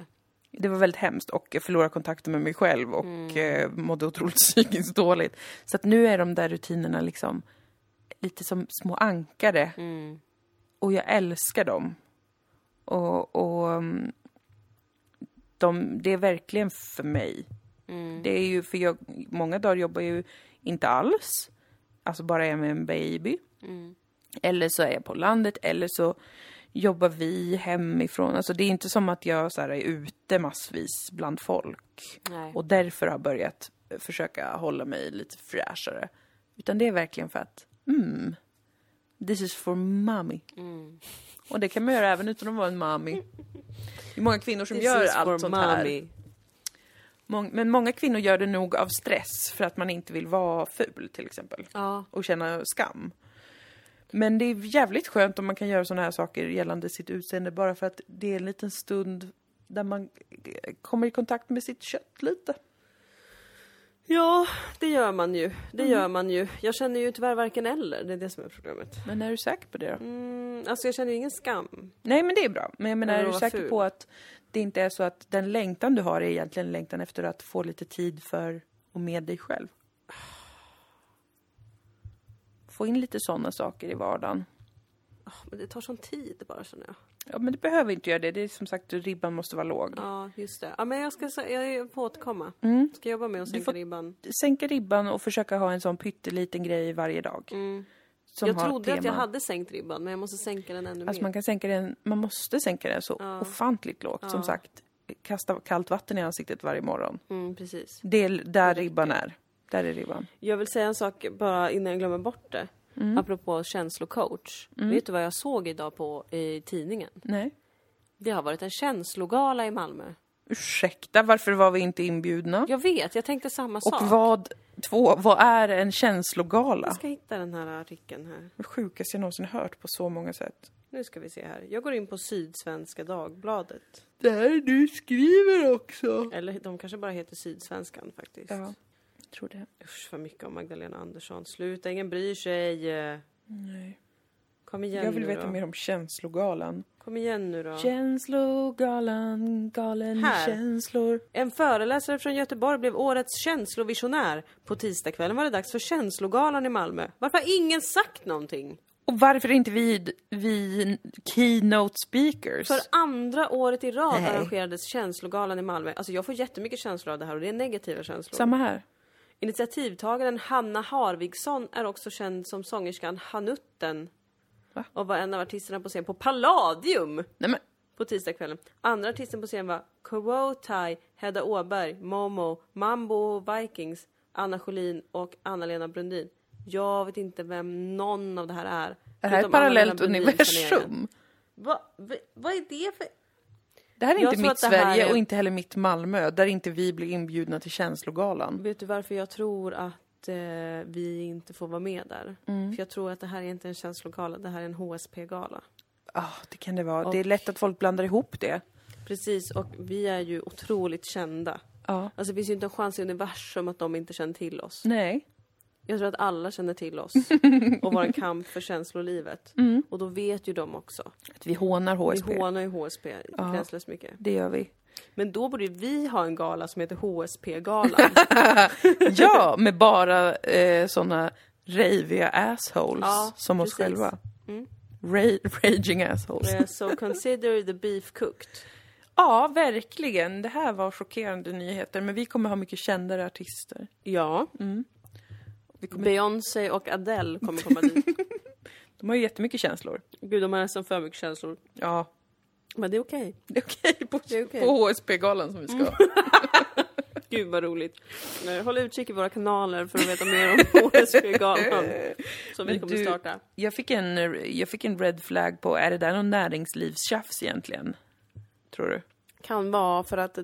Speaker 1: Det var väldigt hemskt och jag förlorade kontakten med mig själv
Speaker 2: Mm.
Speaker 1: och eh, mådde otroligt psykiskt dåligt. Så att nu är de där rutinerna liksom lite som små ankare
Speaker 2: Mm.
Speaker 1: och jag älskar dem. Och, och mm, de, det är verkligen för mig.
Speaker 2: Mm.
Speaker 1: Det är ju för jag, många dagar jobbar jag ju inte alls. Alltså bara är jag med en baby.
Speaker 2: Mm.
Speaker 1: Eller så är jag på landet eller så jobbar vi hemifrån. Alltså det är inte som att jag så här är ute massvis bland folk.
Speaker 2: Nej.
Speaker 1: Och därför har börjat försöka hålla mig lite fräschare. Utan det är verkligen för att, mm, This is for mommy.
Speaker 2: Mm.
Speaker 1: Och det kan man göra även utan att vara en mommy. Det är många kvinnor som gör allt sånt här. Mång- Men många kvinnor gör det nog av stress för att man inte vill vara ful till exempel.
Speaker 2: Ja.
Speaker 1: Och känna skam. Men det är jävligt skönt om man kan göra såna här saker gällande sitt utseende bara för att det är en liten stund där man eh, kommer i kontakt med sitt kött lite.
Speaker 2: ja, det gör man ju. Det
Speaker 1: Mm.
Speaker 2: gör man ju. Jag känner ju tyvärr varken eller. Det är det som är problemet.
Speaker 1: Men är du säker på det då?
Speaker 2: Mm, alltså jag känner ju ingen skam.
Speaker 1: Nej men det är bra. Men jag menar,
Speaker 2: Men
Speaker 1: är du
Speaker 2: vad
Speaker 1: säker
Speaker 2: ful.
Speaker 1: på att det inte är så att den längtan du har är egentligen längtan efter att få lite tid för och med dig själv? Få in lite sådana saker i vardagen.
Speaker 2: Ah, Men det tar sån tid bara känner jag.
Speaker 1: Ja men du behöver inte göra det. Det är som sagt, ribban måste vara låg.
Speaker 2: Ja, just det. Ja, men jag ska sä- jag får återkomma. Ska jobba med att sänka
Speaker 1: Mm. får-
Speaker 2: ribban.
Speaker 1: Sänka ribban och försöka ha en sån pytteliten grej varje dag. Som
Speaker 2: Mm. Jag
Speaker 1: har
Speaker 2: trodde att jag
Speaker 1: tema.
Speaker 2: hade sänkt ribban men jag måste sänka den ännu
Speaker 1: Alltså
Speaker 2: mer.
Speaker 1: man kan sänka den, man måste sänka den så ofantligt lågt. Som sagt, kasta kallt vatten i ansiktet varje morgon.
Speaker 2: Mm, precis.
Speaker 1: Det är där ribban är. Där är ribban.
Speaker 2: Jag vill säga en sak bara innan jag glömmer bort det.
Speaker 1: Mm.
Speaker 2: Apropå känslocoach. Vet du vad jag såg idag på i tidningen?
Speaker 1: Nej.
Speaker 2: Det har varit en känslogala i Malmö.
Speaker 1: Ursäkta, varför var vi inte inbjudna?
Speaker 2: Jag vet, jag tänkte samma sak.
Speaker 1: Och vad, två, vad är en känslogala?
Speaker 2: Jag ska hitta den här artikeln här.
Speaker 1: Det sjukaste jag någonsin hört på så många sätt.
Speaker 2: Nu ska vi se här. Jag går in på Sydsvenska Dagbladet.
Speaker 1: Där du skriver också!
Speaker 2: Eller de kanske bara heter Sydsvenskan faktiskt.
Speaker 1: Ja, jag tror det.
Speaker 2: Usch vad mycket om Magdalena Andersson. Sluta, ingen bryr sig.
Speaker 1: Nej.
Speaker 2: Kom igen
Speaker 1: Jag vill
Speaker 2: nu
Speaker 1: veta
Speaker 2: då.
Speaker 1: mer om känslogalan.
Speaker 2: Kom igen nu då.
Speaker 1: Känslogalan, galen i
Speaker 2: Här.
Speaker 1: känslor.
Speaker 2: En föreläsare från Göteborg blev årets känslovisionär. På tisdagskvällen var det dags för känslogalan i Malmö. Varför har ingen sagt någonting?
Speaker 1: Och varför är inte vi, vi keynote speakers?
Speaker 2: För andra året i rad arrangerades känslogalan i Malmö. Alltså jag får jättemycket känslor av det här och det är negativa känslor.
Speaker 1: Samma här.
Speaker 2: Initiativtagaren Hanna Harvigsson är också känd som sångerskan Hanutten.
Speaker 1: Va?
Speaker 2: Och var en av artisterna på scen på Palladium
Speaker 1: Nej men,
Speaker 2: på tisdagskvällen. Andra artisten på scen var Kawotai, Hedda Åberg, Momo, Mambo Vikings, Anna Schelin och Anna-Lena Brundin. Jag vet inte vem någon av det här är.
Speaker 1: är det här ett
Speaker 2: Förutom Anna-Lena
Speaker 1: parallellt
Speaker 2: Brundin känner jag igen.
Speaker 1: universum?
Speaker 2: Va, va, vad är det för...
Speaker 1: Det här är
Speaker 2: Jag
Speaker 1: inte
Speaker 2: tror
Speaker 1: mitt
Speaker 2: att det här
Speaker 1: Sverige
Speaker 2: är-
Speaker 1: och inte heller mitt Malmö, där inte vi blir inbjudna till känslogalan.
Speaker 2: Vet du varför jag tror att eh, vi inte får vara med där? För jag tror att det här är inte en känslogala, det här är en HSP-gala.
Speaker 1: Ja, Ah, det kan det vara. Det är lätt att folk blandar ihop det.
Speaker 2: Precis, och vi är ju otroligt kända.
Speaker 1: Ja.
Speaker 2: Alltså det finns ju inte en chans i universum att de inte känner till oss.
Speaker 1: Nej.
Speaker 2: Jag tror att alla känner till oss och vår kamp för känslolivet. Och då vet ju de också.
Speaker 1: Att vi hånar HSB.
Speaker 2: Vi hånar ju HSP gränslöst mycket.
Speaker 1: Det gör vi.
Speaker 2: Men då borde ju vi ha en gala som heter HSP-galan.
Speaker 1: Ja, med bara eh, såna raviga assholes
Speaker 2: Ja,
Speaker 1: som oss
Speaker 2: precis. Mm.
Speaker 1: själva. Ra- raging assholes.
Speaker 2: Eh, so consider the beef cooked.
Speaker 1: Ja, verkligen. Det här var chockerande nyheter, men vi kommer ha mycket kändare artister.
Speaker 2: Ja. Beyoncé och Adele kommer komma dit.
Speaker 1: De har ju jättemycket känslor.
Speaker 2: Gud, de har nästan för mycket känslor.
Speaker 1: Ja,
Speaker 2: Men det är okej.
Speaker 1: det är okej på,
Speaker 2: Det är okej.
Speaker 1: på HSB-galan som vi ska.
Speaker 2: Gud vad roligt. Eh, Håll utkik i våra kanaler för att veta mer om HSP-galan som vi
Speaker 1: Men
Speaker 2: kommer
Speaker 1: du-
Speaker 2: starta.
Speaker 1: Jag, fick en, jag fick en red flag på, är det där någon näringslivstjafs egentligen? Tror du?
Speaker 2: Kan vara för att det,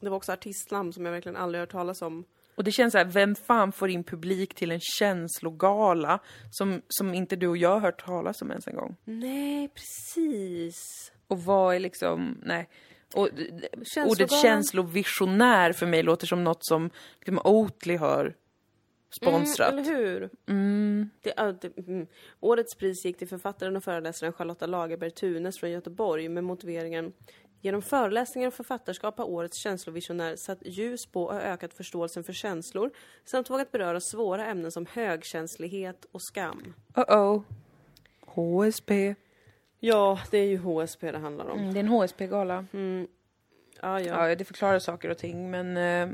Speaker 2: det var också artistnamn som jag verkligen aldrig hört talas om.
Speaker 1: Och det känns så här, vem fan får in publik till en känslogala som, som inte du och jag har hört talas om ens en gång?
Speaker 2: Nej, precis.
Speaker 1: Och vad är liksom, nej. Och d- d-
Speaker 2: Känslogalan.
Speaker 1: ordet känslovisionär för mig låter som något som liksom Oatly har sponsrat.
Speaker 2: Mm, Eller hur? Det, ja, det, mm. Årets pris gick till författaren och föreläsaren Charlotta Lagerberg Thunes från Göteborg med motiveringen Genom föreläsningar och författarskap har årets känslovisionär satt ljus på och ökat förståelsen för känslor samt vågat beröra svåra ämnen som högkänslighet och skam.
Speaker 1: Uh-oh. HSP.
Speaker 2: Ja, det är ju HSP det handlar om.
Speaker 1: Mm, Det är en HSP-gala.
Speaker 2: Mm. Ja, ja.
Speaker 1: Ja, det förklarar saker och ting, men eh,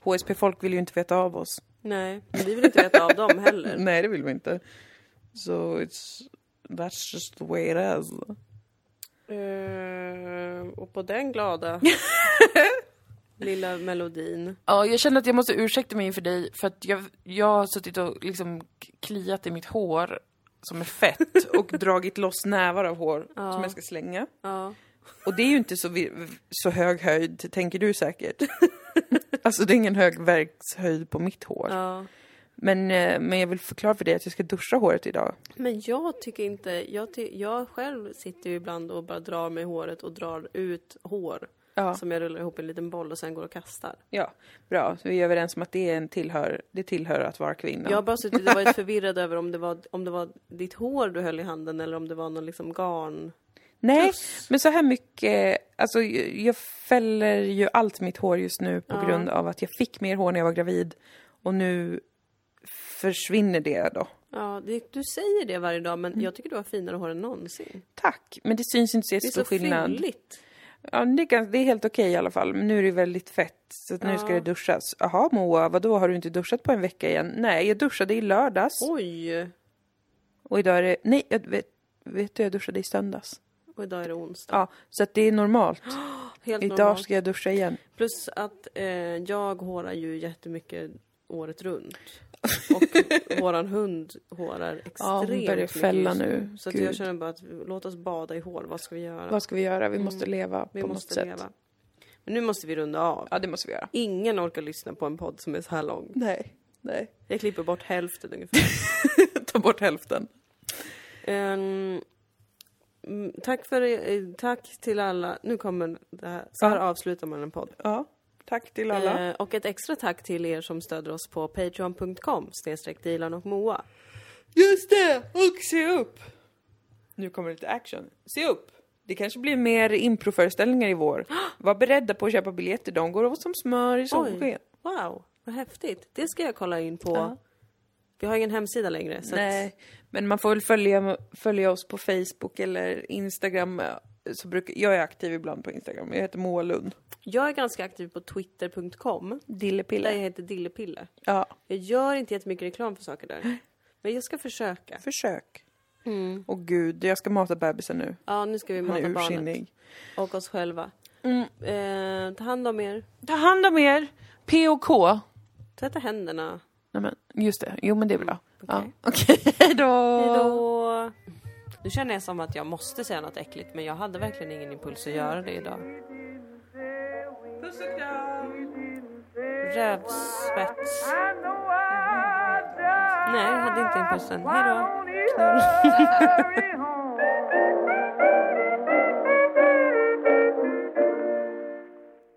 Speaker 1: HSP-folk vill ju inte veta av oss.
Speaker 2: Nej, men vi vill inte veta av dem heller.
Speaker 1: Nej, det vill vi inte. So it's... That's just the way it is.
Speaker 2: Eh, och på den glada lilla melodin.
Speaker 4: Ja, jag känner att jag måste ursäkta mig inför dig för att jag, jag har suttit och liksom kliat i mitt hår
Speaker 1: som är fett och dragit loss nävar av hår
Speaker 2: Ja.
Speaker 1: som jag ska slänga.
Speaker 2: Ja.
Speaker 1: Och det är ju inte så, vi- så hög höjd, tänker du säkert. alltså det är ingen hög verkshöjd på mitt hår.
Speaker 2: ja.
Speaker 1: Men, eh, men jag vill förklara för dig att jag ska duscha håret idag.
Speaker 2: Men jag tycker inte, jag, ty, jag själv sitter ju ibland och bara drar mig i håret och drar ut hår
Speaker 1: Ja.
Speaker 2: som jag rullar ihop i en liten boll och sen går och kastar.
Speaker 1: Ja, bra. Så vi är överens om att det, är en tillhör, det tillhör att vara kvinna.
Speaker 2: Jag har bara suttit och varit förvirrad över om det, var, om det var ditt hår du höll i handen eller om det var någon liksom garn.
Speaker 1: Nej, men så här mycket... Alltså, jag jag fäller ju allt mitt hår just nu på grund av att jag fick mer hår när jag var gravid och nu försvinner det då.
Speaker 2: Ja, det, du säger det varje dag
Speaker 1: Mm.
Speaker 2: men jag tycker du har finare hår än någonsin.
Speaker 1: Tack! Men det syns inte så
Speaker 2: Det är
Speaker 1: jättestor
Speaker 2: så
Speaker 1: skillnad.
Speaker 2: fylligt.
Speaker 1: Ja, men det, är, gans- det är helt okej i alla fall. Men nu är det väldigt fett, så att nu ska det duschas. Jaha Moa, vadå, har du inte duschat på en vecka igen? Nej, jag duschade i lördags.
Speaker 2: Oj!
Speaker 1: Och idag är det... Nej, jag vet, vet du, jag duschade i söndags.
Speaker 2: Och idag är det onsdag.
Speaker 1: Ja, så att det är normalt.
Speaker 2: Helt
Speaker 1: Idag
Speaker 2: normalt.
Speaker 1: ska jag duscha igen.
Speaker 2: Plus att eh, jag hårar ju jättemycket året runt. Och våran hund hårar extremt
Speaker 1: Ja, hon börjar
Speaker 2: mycket
Speaker 1: fälla
Speaker 2: just
Speaker 1: nu.
Speaker 2: Så att
Speaker 1: Gud.
Speaker 2: jag känner bara att låt oss bada i hår, vad ska vi göra?
Speaker 1: Vad ska vi göra? Vi måste leva
Speaker 2: Mm. vi
Speaker 1: på något
Speaker 2: måste
Speaker 1: sätt.
Speaker 2: leva. Men nu måste vi runda av.
Speaker 1: Ja, det måste vi göra.
Speaker 2: Ingen orkar lyssna på en podd som är så här lång.
Speaker 1: Nej, nej.
Speaker 2: Jag klipper bort hälften ungefär.
Speaker 1: Ta bort hälften.
Speaker 2: Ehm, mm, tack för eh, tack till alla. Nu kommer det här. Så här
Speaker 1: Ja.
Speaker 2: avslutar man en podd.
Speaker 1: Ja, tack till alla.
Speaker 2: Eh, och ett extra tack till er som stöder oss på patreon.com snedstreck Dilan och Moa.
Speaker 1: Just det! Och se upp! Nu kommer lite action. Se upp! Det kanske blir mer improföreställningar i vår. Var beredda på att köpa biljetter, de går åt som smör i solsken.
Speaker 2: wow, vad häftigt. Det ska jag kolla in på. Vi har ingen hemsida längre. Så att,
Speaker 1: Nej, men man får väl följa, följa oss på Facebook eller Instagram. Så brukar, jag är aktiv ibland på Instagram, jag heter Moa Lund.
Speaker 2: jag är ganska aktiv på twitter.com. Där jag
Speaker 1: Dillepille.
Speaker 2: heter Dillepille.
Speaker 1: Ja,
Speaker 2: Jag gör inte jättemycket reklam för saker där. Men jag ska försöka.
Speaker 1: försök. Och gud, jag ska mata bebisen nu.
Speaker 2: Ja, nu ska vi
Speaker 1: Mm. Han är
Speaker 2: mata barnet.
Speaker 1: ursinnig.
Speaker 2: Och oss själva.
Speaker 1: Mm.
Speaker 2: Eh, ta hand om er.
Speaker 5: Ta hand om er! P och K.
Speaker 2: Tvätta händerna.
Speaker 5: Nej, men, just det, jo men det är bra. Ja.
Speaker 2: Okej.
Speaker 5: Mm, Okej,
Speaker 2: Hej
Speaker 5: hejdå!
Speaker 2: då! Nu känner jag som att jag måste säga något äckligt men jag hade verkligen ingen impuls att göra det idag.
Speaker 1: Puss och kram!
Speaker 2: Rövsvets. Nej, jag hade inte impulsen. Hej då!
Speaker 6: Hejdå.